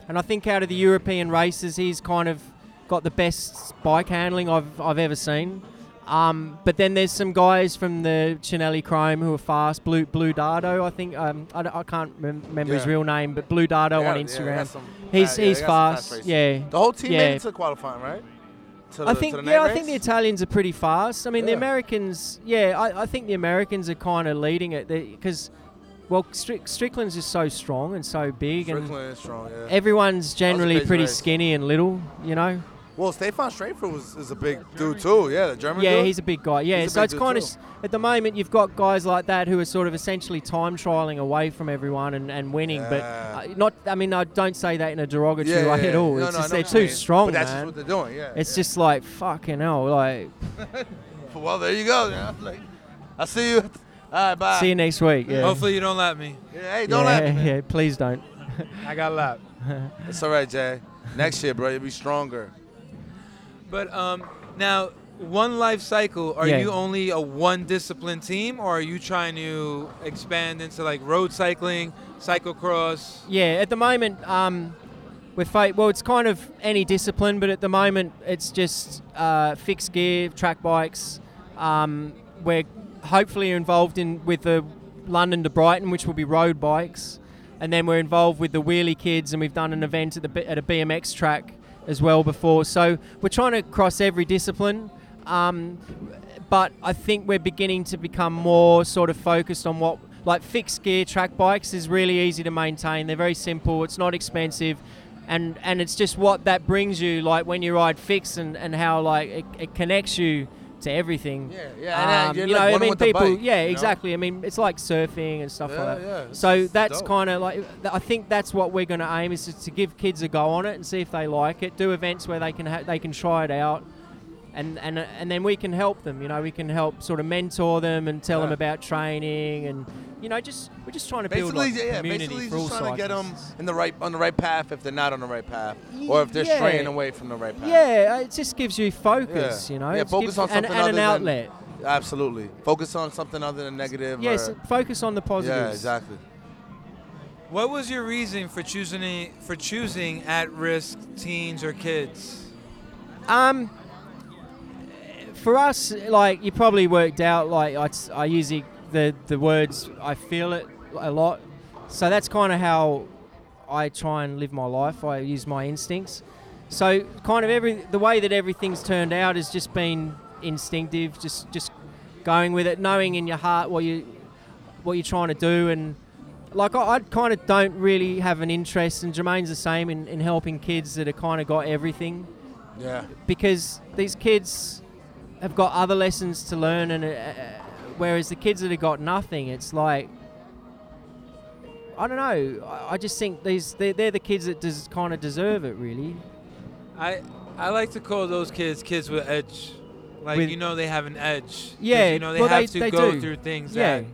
C: and I think out of the European races, he's kind of got the best bike handling I've I've ever seen. Um, but then there's some guys from the Chinelli Chrome who are fast. Blue Blue Dardo, I think. Um, I, don't- I can't remem- remember his
A: Yeah.
C: real name, but Blue Dardo
A: They
C: on
A: got- yeah, they
C: Instagram.
A: got some
C: He's
A: yeah, they
C: he's
A: got some
C: fast.
A: races.
C: yeah.
A: The whole team made
C: Yeah.
A: it to qualifying, right? To
C: I
A: the-
C: think
A: to the
C: yeah,
A: night
C: I think the
A: race?
C: Italians are pretty fast. I mean, the
A: Yeah.
C: Americans, yeah, I, I think the Americans are kind of leading it because, well, Strick, Strickland's is so strong and so big, and
A: Strickland is strong. Yeah.
C: everyone's generally
A: crazy
C: pretty
A: race.
C: skinny and little, you know.
A: well, Stefan Strafer was is a big dude too. Yeah, the German
C: yeah,
A: dude.
C: he's a big guy. Yeah,
A: He's a
C: so
A: big
C: it's
A: dude
C: kind of
A: too.
C: at the moment you've got guys like that who are sort of essentially time trialing away from everyone and, and winning,
A: Yeah.
C: but uh, not. I mean, I don't say that in a derogatory
A: yeah, yeah,
C: way
A: yeah.
C: at all.
A: No,
C: it's
A: no, I
C: just
A: know
C: they're
A: what you
C: too
A: mean.
C: strong,
A: But that's
C: man.
A: just what they're doing. Yeah.
C: it's
A: yeah.
C: just like fucking hell, like.
A: Well, there you go. Yeah. Like, I see you. All right, bye.
C: See you next week. Yeah.
B: Hopefully, you don't lap me.
A: Yeah, hey, don't
C: yeah,
A: laugh. man.
C: yeah, please don't.
B: I got lapped.
A: It's all right, Jay. Next year, bro, you'll be stronger.
B: But um, now, one life cycle. Are
C: Yeah.
B: you only a one discipline team, or are you trying to expand into like road cycling, cyclocross?
C: Yeah, at the moment, um, we're fa- well, it's kind of any discipline, but at the moment, it's just uh, fixed gear, track bikes. Um, we're hopefully involved in with the London to Brighton, which will be road bikes, and then we're involved with the Wheelie Kids, and we've done an event at the B- at a BMX track as well before. So we're trying to cross every discipline. Um, but I think we're beginning to become more sort of focused on what like fixed gear track bikes is really easy to maintain. They're very simple. It's not expensive, and and it's just what that brings you like when you ride fixed and and how like it, it connects you to everything. Um,
A: Yeah, yeah, and, uh, you're like
C: I
A: one
C: mean,
A: with the
C: people.
A: bike,
C: yeah,
A: you know?
C: exactly. I mean, it's like surfing and stuff
A: Yeah,
C: like that.
A: yeah, it's-
C: so
A: it's
C: that's
A: dope.
C: kind of like th- I think that's what we're going to aim is to, to give kids a go on it and see if they like it. Do events where they can ha- they can try it out and and uh, and then we can help them. You know, we can help sort of mentor them and tell them
A: Yeah.
C: about training and you know, just we're just trying to build
A: Basically,
C: like,
A: yeah,
C: a
A: yeah,
C: community
A: basically
C: for all
A: just trying to get them
C: cyclists.
A: in the right on the right path if they're not on the right path, or if they're
C: Yeah.
A: straying away from the right path.
C: Yeah, uh, it just gives you focus.
A: Yeah.
C: You know,
A: Yeah,
C: It
A: focus
C: gives-
A: on
C: and,
A: something
C: and an
A: other than-
C: outlet.
A: absolutely. Focus on something other than negative.
C: Yes,
A: or-
C: focus on the positives.
A: yeah, exactly.
B: What was your reason for choosing for choosing at risk teens or kids?
C: Um, for us, like you probably worked out, like I, s- I use the, the the words I feel it a lot, so that's kind of how I try and live my life. I use my instincts. So kind of every the way that everything's turned out has just been instinctive, just just going with it, knowing in your heart what you what you're trying to do and like I, I kind of don't really have an interest and Jermaine's the same in, in helping kids that have kind of got everything
A: Yeah.
C: because these kids have got other lessons to learn, and uh, uh, whereas the kids that have got nothing, it's like I don't know. I, I just think these they're, they're the kids that des- kind of deserve it, really.
B: I I like to call those kids kids with edge. Like
C: With-
B: you know they have an edge. 'Cause,
C: Yeah,
B: you know they
C: well,
B: have
C: they-
B: to
C: they
B: go
C: do.
B: through things
C: Yeah.
B: that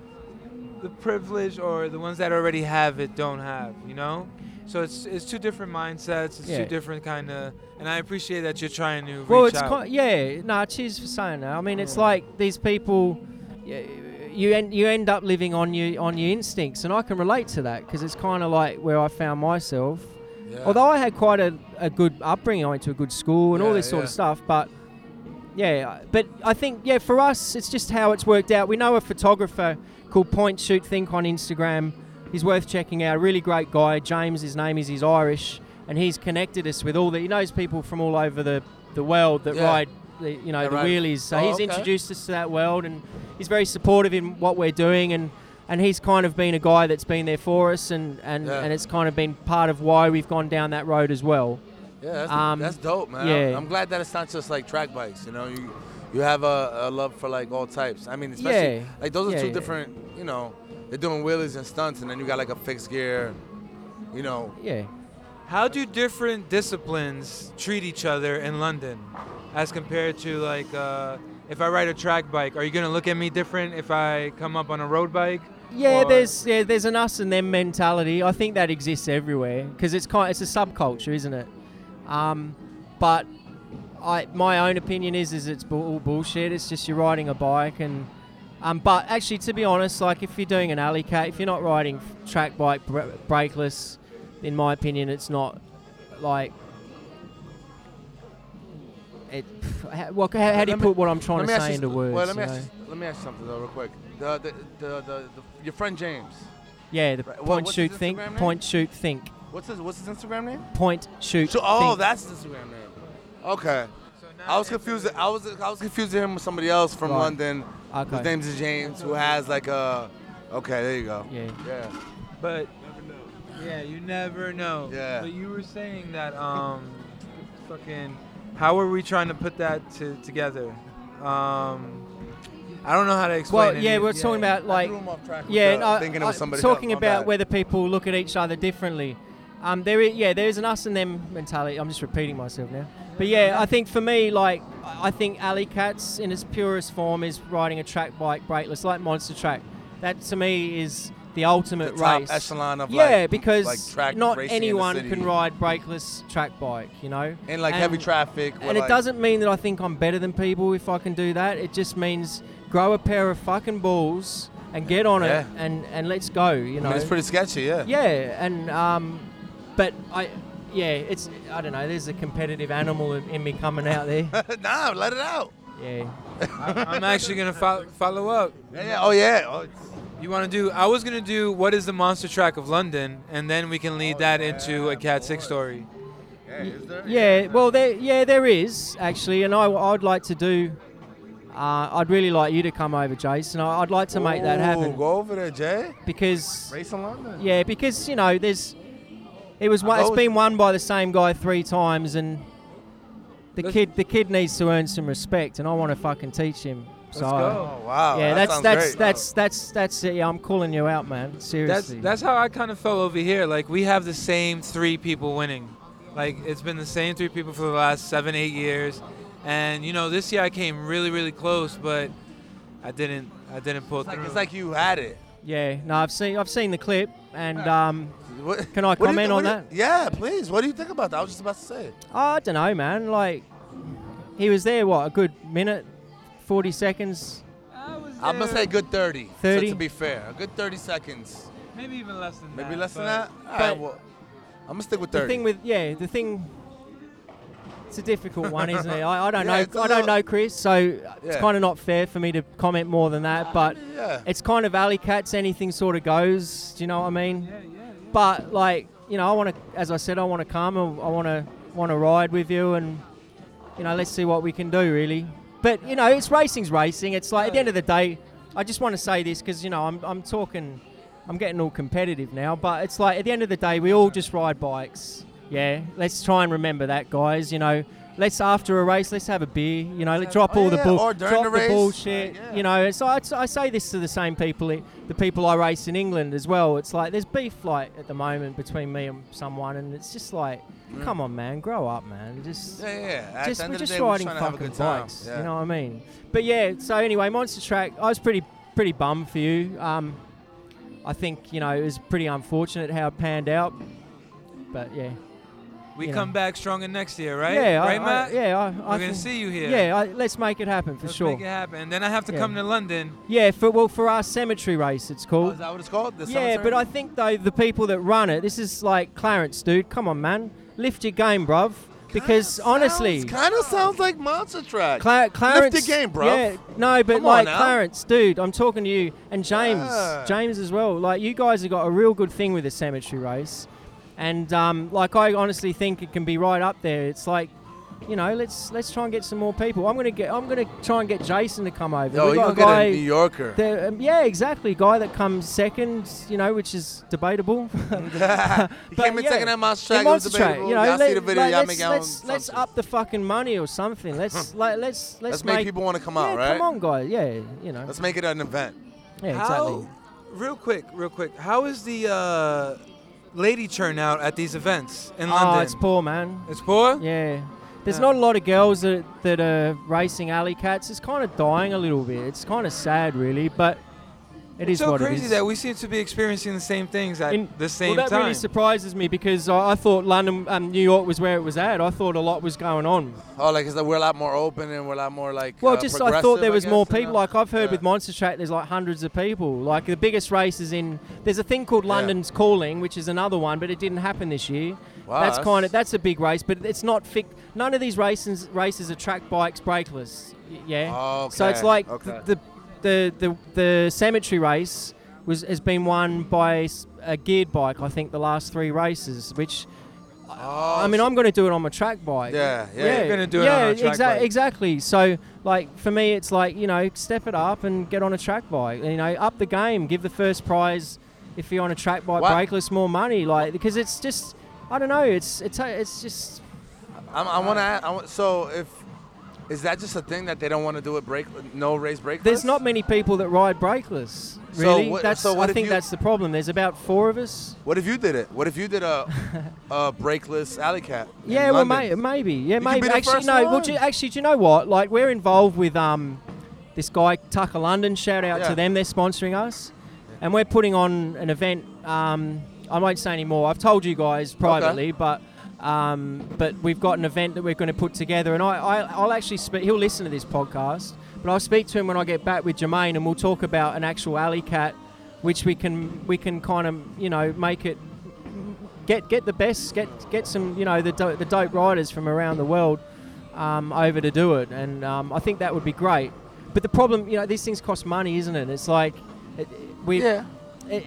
B: the privilege or the ones that already have it don't have, you know? So it's it's two different mindsets, it's
C: Yeah.
B: two different kind of and I appreciate that you're trying to reach
C: Well, it's
B: out.
C: kind yeah. No, cheers for saying that. I mean, it's
B: Yeah.
C: like these people. y- You end, you end up living on your on your instincts, and I can relate to that because it's kind of like where I found myself.
A: yeah.
C: Although I had quite a, a good upbringing, I went to a good school and all
A: Yeah,
C: this sort of
A: yeah.
C: stuff, but yeah, I- but I think, yeah, for us, it's just how it's worked out. We know a photographer called Point Shoot Think on Instagram. He's worth checking out. Really great guy. James, his name is, he's Irish, and he's connected us with all the, he knows people from all over the, the world that
A: Yeah.
C: ride, the, you know,
A: Yeah,
C: the
A: right.
C: wheelies. So
A: Oh,
C: he's
A: okay.
C: introduced us to that world, and he's very supportive in what we're doing, and, and he's kind of been a guy that's been there for us, and, and,
A: Yeah.
C: and it's kind of been part of why we've gone down that road as well.
A: Yeah, that's,
C: Um,
A: that's dope, man.
C: yeah.
A: I'm glad that it's not just like track bikes. You know, you you have a, a love for like all types. I mean, especially
C: Yeah.
A: like those are
C: Yeah,
A: two
C: yeah.
A: different. You know, they're doing wheelies and stunts, and then you got like a fixed gear. You know,
C: Yeah.
B: How do different disciplines treat each other in London, as compared to like uh, if I ride a track bike? Are you gonna look at me different if I come up on a road bike?
C: Yeah,
B: Or-
C: there's yeah, there's an us and them mentality. I think that exists everywhere because it's kind it's a subculture, isn't it? Um, but I my own opinion is is it's bu- all bullshit. It's just you're riding a bike and um, but actually to be honest, like if you're doing an alley cat, if you're not riding f- track bike br- brakeless, in my opinion, it's not like it. How, well, how, how do you
A: Let me-
C: put what I'm trying
A: let
C: to
A: me ask
C: say
A: you,
C: into
A: s-
C: words?
A: Well, let me
C: you
A: ask,
C: know?
A: you- let me ask you something though, real quick. The the the, the, the your friend James.
C: yeah, the
A: Right, what-
C: point
A: what's
C: shoot
A: his
C: think,
A: Instagram name?
C: point shoot think.
A: What's his What's his Instagram name?
C: point shoot.
A: So, oh,
C: think.
A: that's his Instagram name. Okay.
B: So
A: I was confused. I was I was confusing him with somebody else from
C: Right.
A: London.
C: Okay.
A: His name's James, who has like a. Okay, there you go.
C: Yeah.
A: Yeah.
B: But yeah, you never know.
A: Yeah.
B: But you were saying that um, fucking. How are we trying to put that to, together? Um, I don't know how to explain.
C: Well,
B: it.
C: yeah, we're talking about like,
A: threw him off track with
C: yeah,
A: the-
C: and I-
A: thinking it
C: I-
A: was somebody
C: talking
A: else, my
C: about
A: bad.
C: whether people look at each other differently. Um, there, is, yeah, there is an us and them mentality. I'm just repeating myself now, but yeah, I think for me, like, I I think alley cats in its purest form is riding a track bike brakeless, like monster track. That to me is the
A: the
C: ultimate
A: top
C: race.
A: echelon of
C: yeah,
A: like,
C: because
A: like track
C: not
A: racing in the
C: anyone
A: city.
C: can ride brakeless track bike, you know.
A: in like heavy
C: And-
A: traffic. where,
C: And it
A: like-
C: doesn't mean that I think I'm better than people if I can do that. It just means grow a pair of fucking balls and get on
A: Yeah.
C: it and, and let's go, you
A: I
C: know.
A: mean, it's pretty sketchy. Yeah.
C: yeah, and um but I yeah, it's I don't know, there's a competitive animal in, in me coming
A: [LAUGHS]
C: out there.
A: nah, let it out.
C: yeah.
B: I, am actually gonna fo- follow up.
A: Yeah. yeah. Oh yeah. Oh, it's-
B: You want to do? I was gonna do what is the monster track of London, and then we can lead
A: Oh,
B: that
A: yeah,
B: into a
A: of
B: Cat Six
A: course.
B: story.
A: yeah. Is there?
C: Yeah, well there yeah, there is actually and I I'd like to do uh, I'd really like you to come over, Jason. I- I'd like to make that
A: Ooh,
C: happen
A: Go over there, Jay.
C: because
A: Race in London.
C: Yeah, because you know, there's it was one,
A: I've
C: it's
A: always-
C: been won by the same guy three times, and the
B: Let's-
C: kid the kid needs to earn some respect, and I want to fucking teach him. So
B: go.
A: Oh wow.
C: yeah,
A: that
C: that's
A: sounds
C: that's
A: great.
C: that's, that's that's it. Yeah, I'm calling you out, man.
B: That's
C: Seriously.
B: that's how I kind of felt over here. Like we have the same three people winning. Like it's been the same three people for the last seven, eight years, and you know this year I came really, really close, but I didn't. I didn't pull
A: It's like,
B: through.
A: it's like you had it.
C: yeah. No, I've seen I've seen the clip, and um,
A: What-
C: Can
A: [LAUGHS]
C: I
A: what do you
C: comment
A: thi-
C: on
A: what do you- yeah, please. What do you think about that? I was just about to say.
C: oh, I don't know, man. Like he was there what a good minute, forty seconds.
B: I was
A: I'm gonna
B: there,
A: say good 30.
C: 30?
A: So to be fair, a good 30 seconds.
B: maybe even less than that.
A: Maybe less than
B: but-
A: that. All right, well, I'm gonna stick with 30.
C: The thing with yeah, the thing. it's a difficult one, isn't it? I, I
A: [LAUGHS]
C: don't
A: Yeah, it's
C: know.
A: a
C: I don't
A: little-
C: know Chris, so it's
A: Yeah.
C: kind of not fair for me to comment more than that. But
A: yeah.
C: it's kind of alley cats. Anything sort of goes. Do you know what I mean?
B: Yeah, yeah, yeah.
C: But like, you know, I want to. As I said, I want to come. and I want to want to ride with you, and you know, let's see what we can do, really. But you know, it's racing's racing. It's like at the end of the day, I just want to say this because you know, I'm I'm talking, I'm getting all competitive now. But it's like at the end of the day, we all just ride bikes. Yeah, let's try and remember that, guys. You know. Let's after a race, let's have a beer. You know, let's drop
A: Oh,
C: all the
A: yeah,
C: bull,
A: or during
C: drop
A: the
C: the,
A: race.
C: bullshit.
A: Like, yeah.
C: You know, it's I, I say this to the same people, i- the people I race in England as well. It's like there's beef like at the moment between me and someone, and it's just like, come on, man, grow up, man. Just
A: Yeah, yeah. At
C: just
A: the end
C: we're
A: of the
C: just
A: day,
C: riding
A: we're just trying to have a
C: fucking
A: good time.
C: bikes.
A: Yeah.
C: You know what I mean? But yeah, so anyway, Monster Track, I was pretty pretty bummed for you. Um, I think you know it was pretty unfortunate how it panned out. But yeah,
B: We
C: you
B: come
C: know.
B: back stronger next year, right?
C: yeah, I-
B: right,
C: I,
B: Matt.
C: yeah, I, I
B: We're gonna
C: think-
B: see you here.
C: Yeah, I, let's make it happen for
B: Let's
C: sure.
B: Make it happen. And then I have to
C: Yeah.
B: come to London.
C: Yeah, for well for our cemetery race, it's
A: Oh,
C: called.
A: is that what it's called? The
C: Yeah,
A: cemetery?
C: but I think though the people that run it, this is like Clarence, dude. Come on, man, lift your game, bruv. Because honestly,
A: kind of sounds like Monster Track.
C: Cla- Clarence,
A: lift your game, bruv.
C: Yeah, no, but
A: Come on
C: like
A: now.
C: Clarence, dude, I'm talking to you and James,
A: Yeah.
C: James as well. Like you guys have got a real good thing with the cemetery race, and um, like I honestly think it can be right up there. It's like. You know, let's let's try and get some more people. I'm gonna get I'm gonna try and get Jason to come over.
A: Yo,
C: We
A: you
C: got
A: Oh, gonna
C: a
A: get
C: guy-
A: a New Yorker? [LAUGHS]
C: the, um, yeah, exactly. Guy that comes second, you know, which is debatable.
A: he
C: [LAUGHS] but
A: came in
C: yeah,
A: second at Monster
C: In [LAUGHS]
A: Track. It was
C: Monster Track,
A: debatable.
C: you know,
A: y'all
C: let,
A: see the video.
C: like,
A: y'all
C: let's,
A: make your own
C: let's, let's
A: assumptions.
C: up the fucking money or something. Let's
A: [LAUGHS]
C: like let's let's,
A: Let's make people want to come out,
C: yeah,
A: right?
C: Come on, guys. Yeah, you know.
A: Let's make it an event.
C: yeah,
B: How?
C: exactly.
B: Real quick, real quick. How is the uh, lady turnout at these events in London?
C: Oh, it's poor, man.
B: It's poor?
C: Yeah. There's
B: Yeah.
C: not a lot of girls that, that are racing alley cats. It's kind of dying a little bit. It's kind of sad, really, but it is
B: It's so
C: what
B: crazy
C: it is.
B: that we seem to be experiencing the same things at
C: In-
B: the same
C: well, that
B: time.
C: really surprises me because I, I thought London, um, New York was where it was at. I thought a lot was going on.
A: Oh, like 'cause we're a lot more open and we're a lot more like.
C: Well,
A: uh,
C: just I thought there
A: progressive,
C: was
A: guess,
C: more
A: and, uh,
C: people. Like I've heard
A: yeah.
C: with Monster Track, there's like hundreds of people. Like the biggest race is in. There's a thing called London's Calling, which is another one, but it didn't happen this year.
A: Wow,
C: that's
A: that's-
C: kind of that's a big race, but it's not. Fic- None of these races races are track bikes, brakeless. y- Yeah. So it's
A: Oh, Okay,
C: like
A: okay.
C: the, the the the cemetery race was has been won by s- a geared bike. I think the last three races, which
A: Oh,
C: I mean,
A: so-
C: I'm going to do it on my track bike.
A: Yeah, yeah.
B: You're gonna do it
C: yeah,
B: on a track
C: exac-
B: bike.
C: exactly. So, like for me, it's like you know, step it up and get on a track bike. You know, up the game, give the first prize if you're on a track bike
A: What?
C: brakeless more money. Like because it's just, I don't know, it's it's uh, it's just
A: I'm, I want to. I want. So if is that just a thing that they don't want to do it? Break no race break.
C: there's not many people that ride brakeless.
A: So
C: Really,
A: what-
C: that's
A: so what
C: I
A: if
C: think
A: you-
C: that's the problem. There's about four of us.
A: What if you did it? What if you did a
C: [LAUGHS]
A: a breakless alley cat? in
C: Yeah, well, may,
A: London?
C: maybe. Yeah,
A: could
C: maybe.
A: be the
C: actually,
A: first
C: no. Well,
A: one.
C: do, you- actually, do you know what? Like, we're involved with um, this guy Tucker London. Shout out
A: Yeah.
C: to them. They're sponsoring us, and we're putting on an event. Um, I won't say any more. I've told you guys privately, but um, but we've got an event that we're going to put together, and I, I I'll actually speak. He'll listen to this podcast, but I'll speak to him when I get back with Jermaine, and we'll talk about an actual alley cat, which we can we can kind of you know make it get get the best, get get some you know the do- the dope riders from around the world um, over to do it, and um, I think that would be great. But the problem, you know, these things cost money, isn't it? It's like it, we.
A: Yeah.
C: it-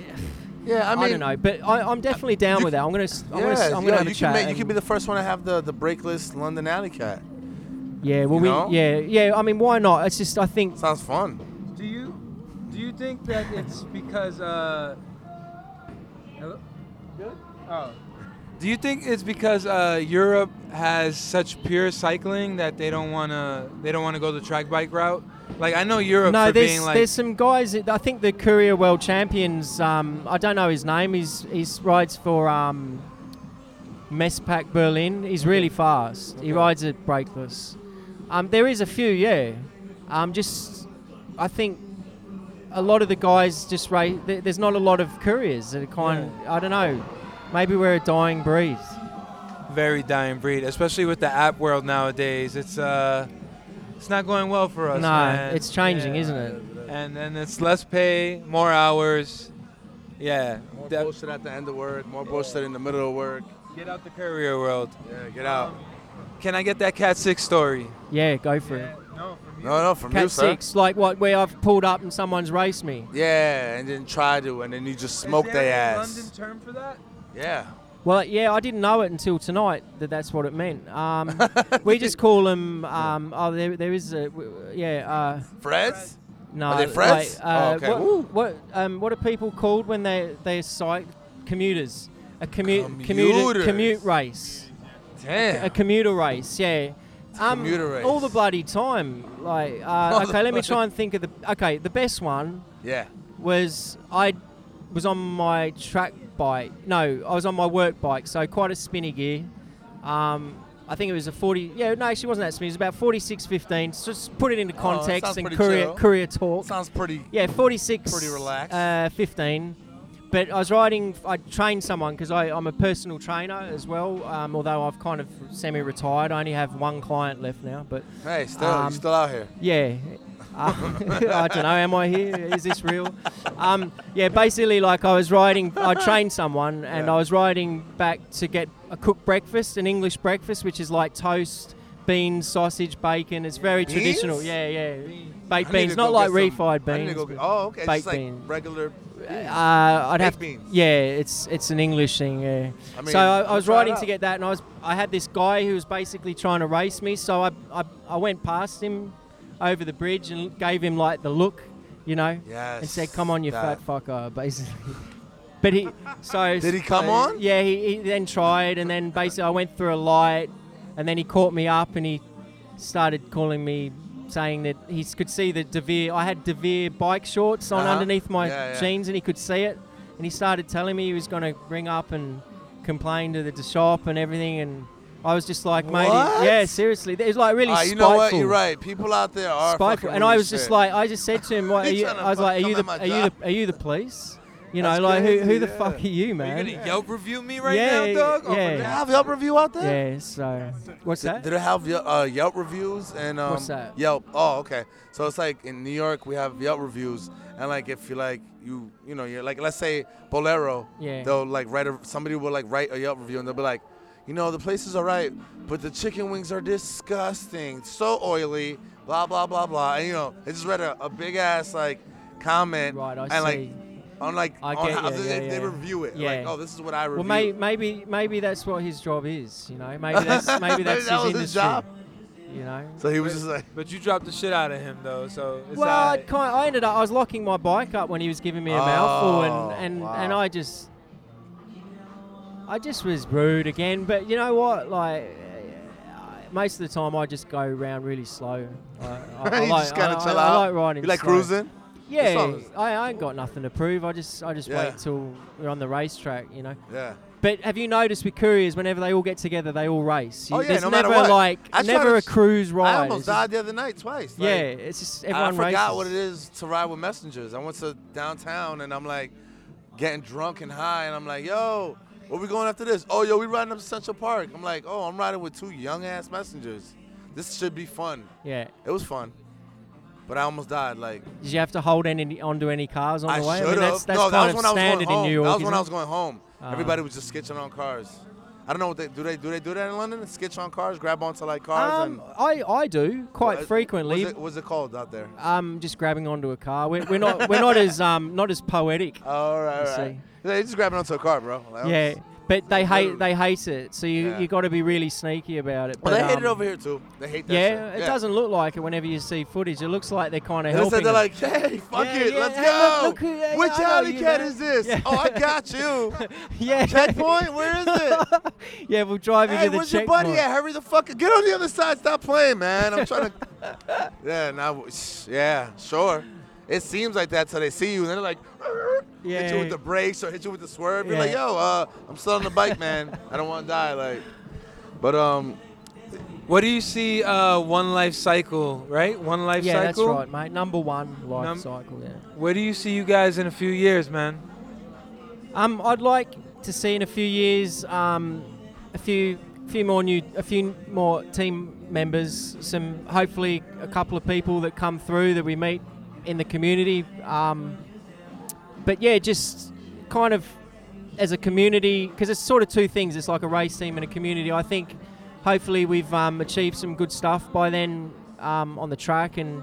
A: Yeah, I
C: Eh, I,
A: mean,
C: don't know, but I, I'm definitely down
A: You
C: with
A: c-
C: that. I'm gonna, s- I'm gonna,
A: yeah,
C: s- I'm gonna
A: yeah,
C: have a
A: you
C: chat.
A: Can make, you
C: and-
A: can be the first one to have the the breakless London alley cat.
C: yeah, well,
A: you
C: we,
A: know?
C: yeah, yeah. I mean, why not? It's just, I think,
A: Sounds fun.
B: Do you do you think that it's because uh Hello? Oh. Do you think it's because uh, Europe has such pure cycling that they don't wanna they don't wanna go the track bike route? Like I know Europe
C: no,
B: for
C: there's
B: being like
C: there's some guys. that- I think the Courier World Champions. Um, I don't know his name. He's he's rides for um, Messpack Berlin. He's really fast. He rides at brakeless. Um, there is a few, yeah. Um, just I think a lot of the guys just ra- there- There's not a lot of couriers that are kind. I don't know. Maybe we're a dying breed.
B: very dying breed, especially with the app world nowadays. It's uh it's not going well for us.
C: Nah,
B: man.
C: it's changing, isn't it?
B: And then it's less pay, more hours. Yeah.
A: More
B: That-
A: bullshit at the end of work. More bullshit in the middle of work.
B: get out the courier world.
A: Yeah, get out.
B: Can I get that Cat Six story?
C: Yeah, go for it.
B: no, from
A: No, no, from
C: Cat
A: you, sir.
C: six, like what? Where I've pulled up and someone's raced me.
A: Yeah, and then try to, and then you just smoke their ass.
B: London term for that?
A: Yeah.
C: Well, yeah, I didn't know it until tonight that that's what it
A: [LAUGHS]
C: meant. Um, we just call them. Um, oh, there, there is a w- yeah. Uh,
A: Freds?
C: no,
A: Are they frets?
C: like, uh,
A: Oh, okay. Ooh.
C: What what, um, what are people called when they they site commuters? A commute
A: Commuters.
C: commute commute race. A
A: Damn.
C: commuter race, yeah. Um,
A: Commuter race.
C: All the bloody time. Like,
A: All
C: uh,
A: the
C: okay, let me
A: bloody-
C: try and think of the. Okay, the best one
A: Yeah.
C: was I was on my track bike. No, I was on my work bike, so quite a spinny gear. Um, I think it was a 40. Yeah, no, she wasn't that spinny. It was about 46.15. So just put it into
A: Oh, that
C: context
A: sounds
C: and
A: pretty
C: courier,
A: chill.
C: courier talk.
A: Sounds pretty.
C: Yeah, 46.
A: Pretty relaxed.
C: Uh, 15. But I was riding, I trained someone because I'm a personal trainer as well, um, although I've kind of semi retired. I only have one client left now, but
A: Hey, still,
C: Um,
A: you still out here.
C: yeah. Uh, [LAUGHS] I don't know. Am I here? Is this real? Um, yeah, basically, like I was riding, I trained someone and
A: Yeah.
C: I was riding back to get a cooked breakfast, an English breakfast, which is like toast, beans, sausage, bacon. It's very traditional.
A: Beans?
C: Yeah, yeah.
A: I
C: Baked
A: need
C: beans,
A: to
C: not
A: go
C: like
A: get some-
C: refried
A: I need
C: beans.
A: to go
C: but-
A: get- oh, okay.
C: baked
A: just like
C: beans.
A: regular.
C: uh, I'd
A: Baked
C: have
A: beans.
C: Yeah, it's it's an English thing. Yeah.
A: I mean,
C: so I,
A: we'll
C: I was
A: try it
C: riding
A: out.
C: to get that, and I was I had this guy who was basically trying to race me. So I, I I went past him over the bridge and gave him like the look, you know,
A: Yes.
C: and said, "Come on, you
A: that.
C: fat fucker," basically. [LAUGHS] But he so
A: Did he come
C: so-
A: on?
C: Yeah, he, he then tried, and then basically I went through a light, and then he caught me up, and he started calling me. Saying that he could see the Devere, I had Devere bike shorts on
A: Uh-huh.
C: underneath my
A: Yeah, yeah.
C: jeans, and he could see it and he started telling me he was going to ring up and complain to the, the shop and everything and I was just like mate
A: What?
C: yeah seriously it was like really
A: Ah, you
C: spiteful
A: know what? You're right. People out there are
C: spiteful
A: fucking
C: and I
A: rude
C: was just
A: shit.
C: like I just said to him what are
A: He's
C: you,
A: trying to
C: I was like
A: fuck-
C: are you
A: come
C: the
A: at
C: are
A: my
C: you the,
A: job.
C: are you the police you
A: That's
C: know like who, who
A: crazy,
C: the
A: yeah.
C: fuck are you
B: Are you
C: man
B: gonna Yelp review me right
C: Yeah,
B: now, dog? Oh,
A: Do they
C: yeah.
A: have Yelp review out there?
C: yeah so what's
A: Did,
C: that
A: did it have Yel- uh, Yelp reviews and um,
C: What's that?
A: Yelp? Oh, okay. So it's like in New York we have Yelp reviews, and like if you like you you know you're like let's say Bolero,
C: Yeah.
A: they'll like write a, somebody will like write a Yelp review and they'll be like, you know the place is alright, but the chicken wings are disgusting, so oily, blah blah blah blah, and you know I just read a, a big ass like comment
C: right I
A: and
C: see
A: like on like
C: I
A: on
C: get
A: how
C: you,
A: they,
C: yeah,
A: they
C: yeah.
A: review it like
C: Yeah.
A: oh this is what I review.
C: well may, maybe maybe that's what his job is you know
A: [LAUGHS]
C: maybe that's maybe that's
A: that
C: his
A: was
C: industry
A: his job.
C: you know
A: So he was just like. [LAUGHS]
B: But you dropped the shit out of him though, so it's
C: Well,
B: all
C: I,
B: right.
C: kind I ended up. I was locking my bike up when he was giving me a
A: Oh,
C: mouthful, and and, and
A: wow.
C: I just, I just was rude again. But you know what? Like, I- most of the time, I just go around really slow. I, I,
A: [LAUGHS]
C: I
A: you
C: like,
A: just kind
C: I-
A: of chill
C: I,
A: out.
C: I like riding.
A: You like
C: slow.
A: cruising?
C: Yeah,
A: long as-
C: I, I ain't got nothing to prove. I just I just
A: Yeah.
C: wait till we're on the racetrack, you know.
A: Yeah.
C: But have you noticed with couriers, whenever they all get together, they all race. You-
A: Oh, yeah,
C: There's
A: no matter
C: never
A: what.
C: like
A: I tried to-
C: never a cruise ride.
A: I almost
C: It's just-
A: died the other night twice. Like,
C: yeah, it's just everyone
A: I forgot
C: races.
A: what it is to ride with messengers. I went to downtown and I'm like getting drunk and high and I'm like, yo, where we going after this? Oh, yo, we riding up to Central Park. I'm like, oh, I'm riding with two young ass messengers. This should be fun.
C: Yeah.
A: It was fun, but I almost died. Like
C: Did you have to hold any onto any cars on
A: I
C: the way?
A: should
C: I
A: have.
C: mean, that's, that's
A: no,
C: kind
A: that was
C: of
A: when I was going
C: standard
A: home.
C: in New York.
A: that was when
C: isn't
A: I was going home.
C: Ah.
A: Everybody was just skitching on cars. I don't know what they do. They do they do that in London? Skitch on cars, grab onto like
C: it?
A: cars. and,
C: um, I, I do quite
A: What-
C: frequently.
A: What's it, what's it called out there?
C: Um, just grabbing onto a car. We're, we're not we're not as um not
A: [LAUGHS]
C: as poetic.
A: All right,
C: You
A: all right.
C: see.
A: They just grabbing onto a car, bro. Like, I'm
C: yeah,
A: just-
C: but they hate
A: literally.
C: they hate it. So you
A: Yeah.
C: you got to be really sneaky about it.
A: Well, they
C: but,
A: hate
C: um,
A: it over here too. They hate that.
C: Yeah,
A: shit.
C: it doesn't look like it whenever you see footage. It looks like they're kind of
A: They
C: helping.
A: said they're
C: them.
A: like, hey, fuck
C: Yeah,
A: it,
C: yeah,
A: let's
C: hey,
A: go.
C: look- look who- yeah,
A: Which
C: I know
A: alley
C: you,
A: cat
C: man."
A: is this?
C: Yeah.
A: Oh, I got
C: [LAUGHS]
A: you.
C: yeah,
A: Checkpoint, where
C: [LAUGHS]
A: is it?
C: yeah, we'll drive you
A: hey,
C: to the
A: where's your
C: checkpoint.
A: buddy at? Hurry the fuck up. Get on the other side. Stop playing, man. I'm trying to. [LAUGHS] yeah, now, yeah, sure. It seems like that till they see you, and they're like, [LAUGHS] hit you
C: Yeah.
A: with the brakes or hit you with the swerve. You're
C: Yeah.
A: like, yo, uh, I'm still on the bike, man. I don't want to die, like. But um,
B: What do you see? Uh, one life cycle, right? One life
C: Yeah, that's
B: cycle.
C: right, mate. Number one life
B: Num-
C: cycle. Yeah.
B: Where do you see you guys in a few years, man?
C: Um, I'd like to see in a few years, um, a few, few more new, a few more team members. Some hopefully a couple of people that come through that we meet in the community. Um, but yeah, just kind of as a community, because it's sort of two things. It's like a race team and a community. I think hopefully we've um, achieved some good stuff by then um, on the track, and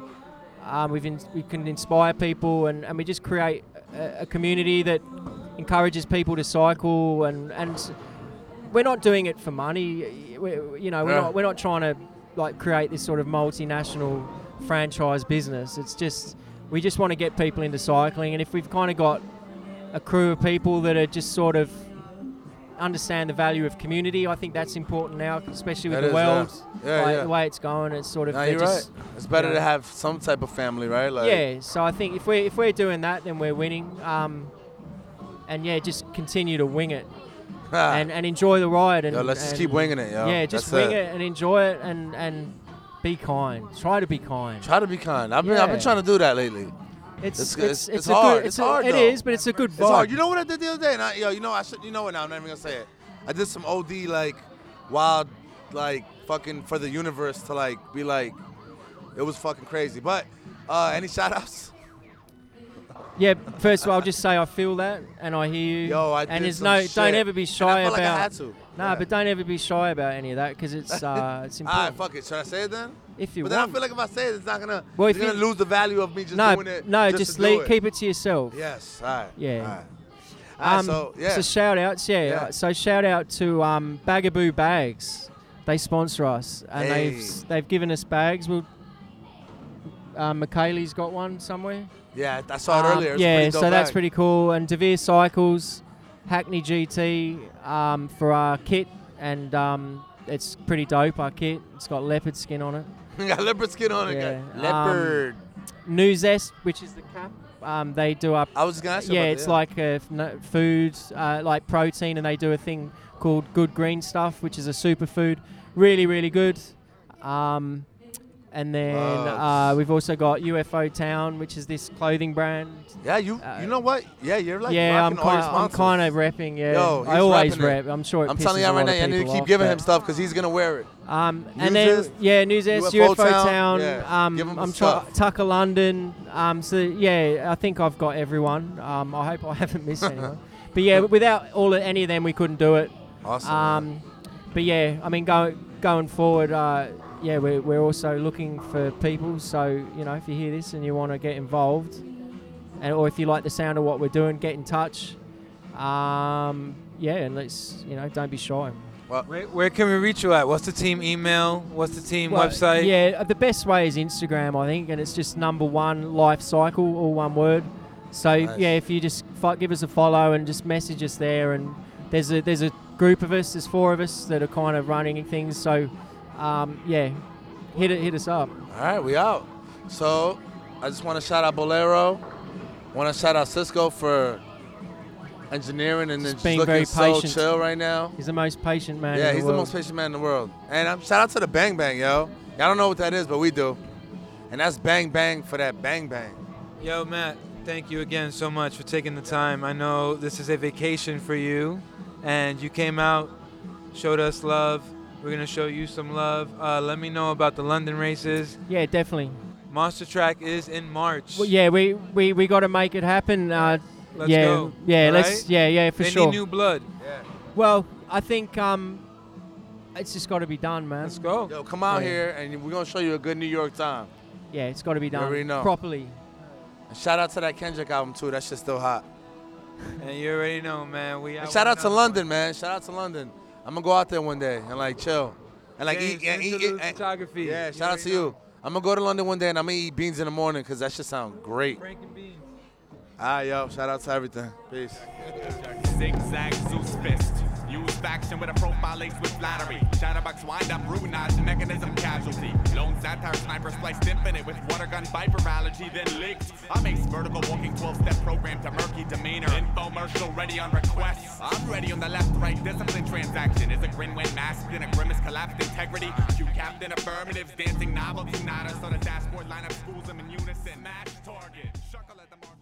C: um, we've in, we can inspire people, and, and we just create a, a community that encourages people to cycle, and and we're not doing it for money. we you know, we're
A: Yeah.
C: not we're not trying to like create this sort of multinational franchise business. It's just we just want to get people into cycling, and if we've kind of got a crew of people that are just sort of understand the value of community. I think that's important now, especially with
A: That
C: the
A: is,
C: world,
A: yeah. Yeah,
C: like,
A: yeah.
C: the way it's going. It's sort of
A: No,
C: they're
A: you're
C: just,
A: right. It's better
C: yeah.
A: to have some type of family, right? Like,
C: yeah. So I think if we're if we're doing that, then we're winning. Um, and yeah, just continue to wing it
A: [LAUGHS]
C: and, and enjoy the ride. And
A: Ah. Yo, let's just
C: and-
A: keep winging it, yo.
C: Yeah, just
A: That's
C: wing
A: it.
C: it. and enjoy it and and be kind. Try to be kind.
A: Try to be kind. I've been, I've been
C: Yeah.
A: trying to do that lately. It's
C: It's it's,
A: good- it's- it's
C: a
A: hard.
C: Good,
A: It's
C: a-
A: hard,
C: It
A: though.
C: is, but it's a good vibe.
A: It's hard. You know what I did the other day? And I, yo, you know, I should. You know what? Now I'm not even gonna say it. I did some OD like wild, like fucking for the universe to like be like, it was fucking crazy. But uh any shout
C: [LAUGHS]
A: outs?
C: Yeah, first of all, I'll just say I feel that and I hear you.
A: Yo, I
C: and
A: did
C: there's
A: some
C: no,
A: shit,
C: don't ever be
A: and I
C: shy
A: felt
C: about.
A: like I had to.
C: No,
A: Yeah.
C: but don't ever be shy about any of that because it's
A: [LAUGHS]
C: uh, it's
A: All
C: important.
A: right, fuck it. Should I say it then?
C: If you
A: but
C: want.
A: then I feel like if I say it, it's not gonna.
C: Well,
A: it's
C: if you-
A: gonna lose the value of me just
C: no,
A: doing it.
C: no,
A: just,
C: just,
A: to do
C: leave,
A: it.
C: keep it to yourself.
A: Yes. All right.
C: Yeah.
A: All right. All right,
C: Um,
A: so yeah.
C: shout outs, yeah.
A: Yeah.
C: So shout out to um, Bagaboo Bags. They sponsor us and
A: Hey.
C: they've they've given us bags. We'll, um, Michaeli's got one somewhere.
A: yeah, I saw it
C: Um,
A: earlier. It's a
C: yeah,
A: pretty
C: so
A: dope
C: that's
A: bag.
C: pretty cool. And Devere Cycles, Hackney GT um, for our kit, and um, it's pretty dope. Our kit, it's got leopard skin on it.
A: [LAUGHS] got leopard skin on it.
C: Yeah,
A: got-
C: um,
A: Leopard.
C: New Zest, which is the cap, um, they do our
A: I was gonna ask you
C: yeah,
A: Oh, about
C: it's
A: that,
C: like uh, f- no- food, uh, like protein, and they do a thing called Good Green Stuff, which is a superfood. Really, really good. Um, and then
A: Wow.
C: uh, we've also got UFO Town, which is this clothing brand.
A: Yeah, you
C: uh,
A: you know what? Yeah, you're like
C: yeah, I'm
A: rocking all
C: kind,
A: your
C: I'm
A: sponsors.
C: kind of repping. Yeah,
A: Yo,
C: I
A: he's
C: always
A: repping it.
C: rep. I'm sure. It
A: I'm telling you
C: pisses a
A: right
C: lot
A: now,
C: of
A: you need to
C: people
A: keep
C: off,
A: giving
C: but-
A: him stuff because he's gonna wear it.
C: Um,
A: News
C: and then
A: Est,
C: yeah, News Est,
A: UFO
C: UFO,
A: Town,
C: Town.
A: yeah, give 'em
C: um, I'm trying
A: stuff.
C: Tucker London. Um, so yeah, I think I've got everyone. Um, I hope I [LAUGHS] haven't
A: [LAUGHS]
C: missed anyone. But yeah, without all of, any of them, we couldn't do it.
A: Awesome.
C: Um, but yeah, I mean, go, going forward, uh, yeah, we're, we're also looking for people. So you know, if you hear this and you want to get involved, and or if you like the sound of what we're doing, get in touch. Um, yeah, and let's you know, don't be shy.
B: Where, where can we reach you at? What's the team email? What's the team
C: Well,
B: website?
C: Yeah, uh, the best way is Instagram, I think, and it's just number one life cycle, all one word. So
A: Nice.
C: yeah, if you just fo- give us a follow and just message us there, and there's a there's a group of us, there's four of us that are kind of running things. So um, yeah, hit it, hit us up.
A: all right, we out. So, I just want to shout out Bolero. Want to shout out Cisco for engineering and then
C: Just
A: just
C: being
A: looking
C: very
A: so
C: patient.
A: chill right now.
C: He's the most patient man.
A: yeah,
C: in the
A: he's
C: world.
A: the most patient man in the world. And um, shout out to the Bang Bang, yo. Y'all don't know what that is, but we do. And that's Bang Bang for that Bang Bang.
B: Yo, Matt, thank you again so much for taking the time. I know this is a vacation for you, and you came out, showed us love. We're gonna show you some love. Uh, let me know about the London races.
C: Yeah, definitely.
B: Monster Track is in March.
C: Well, yeah, we we, we got to make it happen. Uh,
B: Let's
C: yeah,
B: go.
C: yeah,
B: All
C: let's
B: right?
C: yeah, yeah, for
B: they
C: sure.
B: need new blood.
A: Yeah.
C: well, I think um, it's just got to be done, man.
B: Let's go.
A: Yo, come out
C: Yeah.
A: here and we're gonna show you a good New York time.
C: Yeah, it's got to be done
A: already know.
C: properly.
A: And shout out to that Kendrick album too. That shit's still hot.
B: And you already know, man. We
A: And
B: out
A: shout
B: with
A: out to
B: another
A: London, man. Shout out to London. I'm gonna go out there one day and like chill and
B: one.
A: like
B: James,
A: eat and eat.
B: Interlude
A: and-
B: photography.
A: yeah, shout out
B: already
A: to
B: know.
A: you. I'm gonna go to London one day and I'm gonna eat beans in the morning because that shit sound great.
B: Frank and Beans.
A: All right, yo. Shout out to everything. Peace.
D: Zigzag Zeus fist. Use faction with a profile laced with flattery. Shadowbox wind up, ruinage, mechanism casualty. Lone satire sniper spliced infinite with water gun viper allergy, then licked. I'm ace vertical walking 12 step program to murky demeanor. Infomercial ready on request. I'm ready on the left right discipline transaction. Is a grin when masked in a grimace collapsed integrity. You captain affirmatives, dancing novelty nada. So the dashboard lineup schools them in unison. Match target. Shuckle at the mark.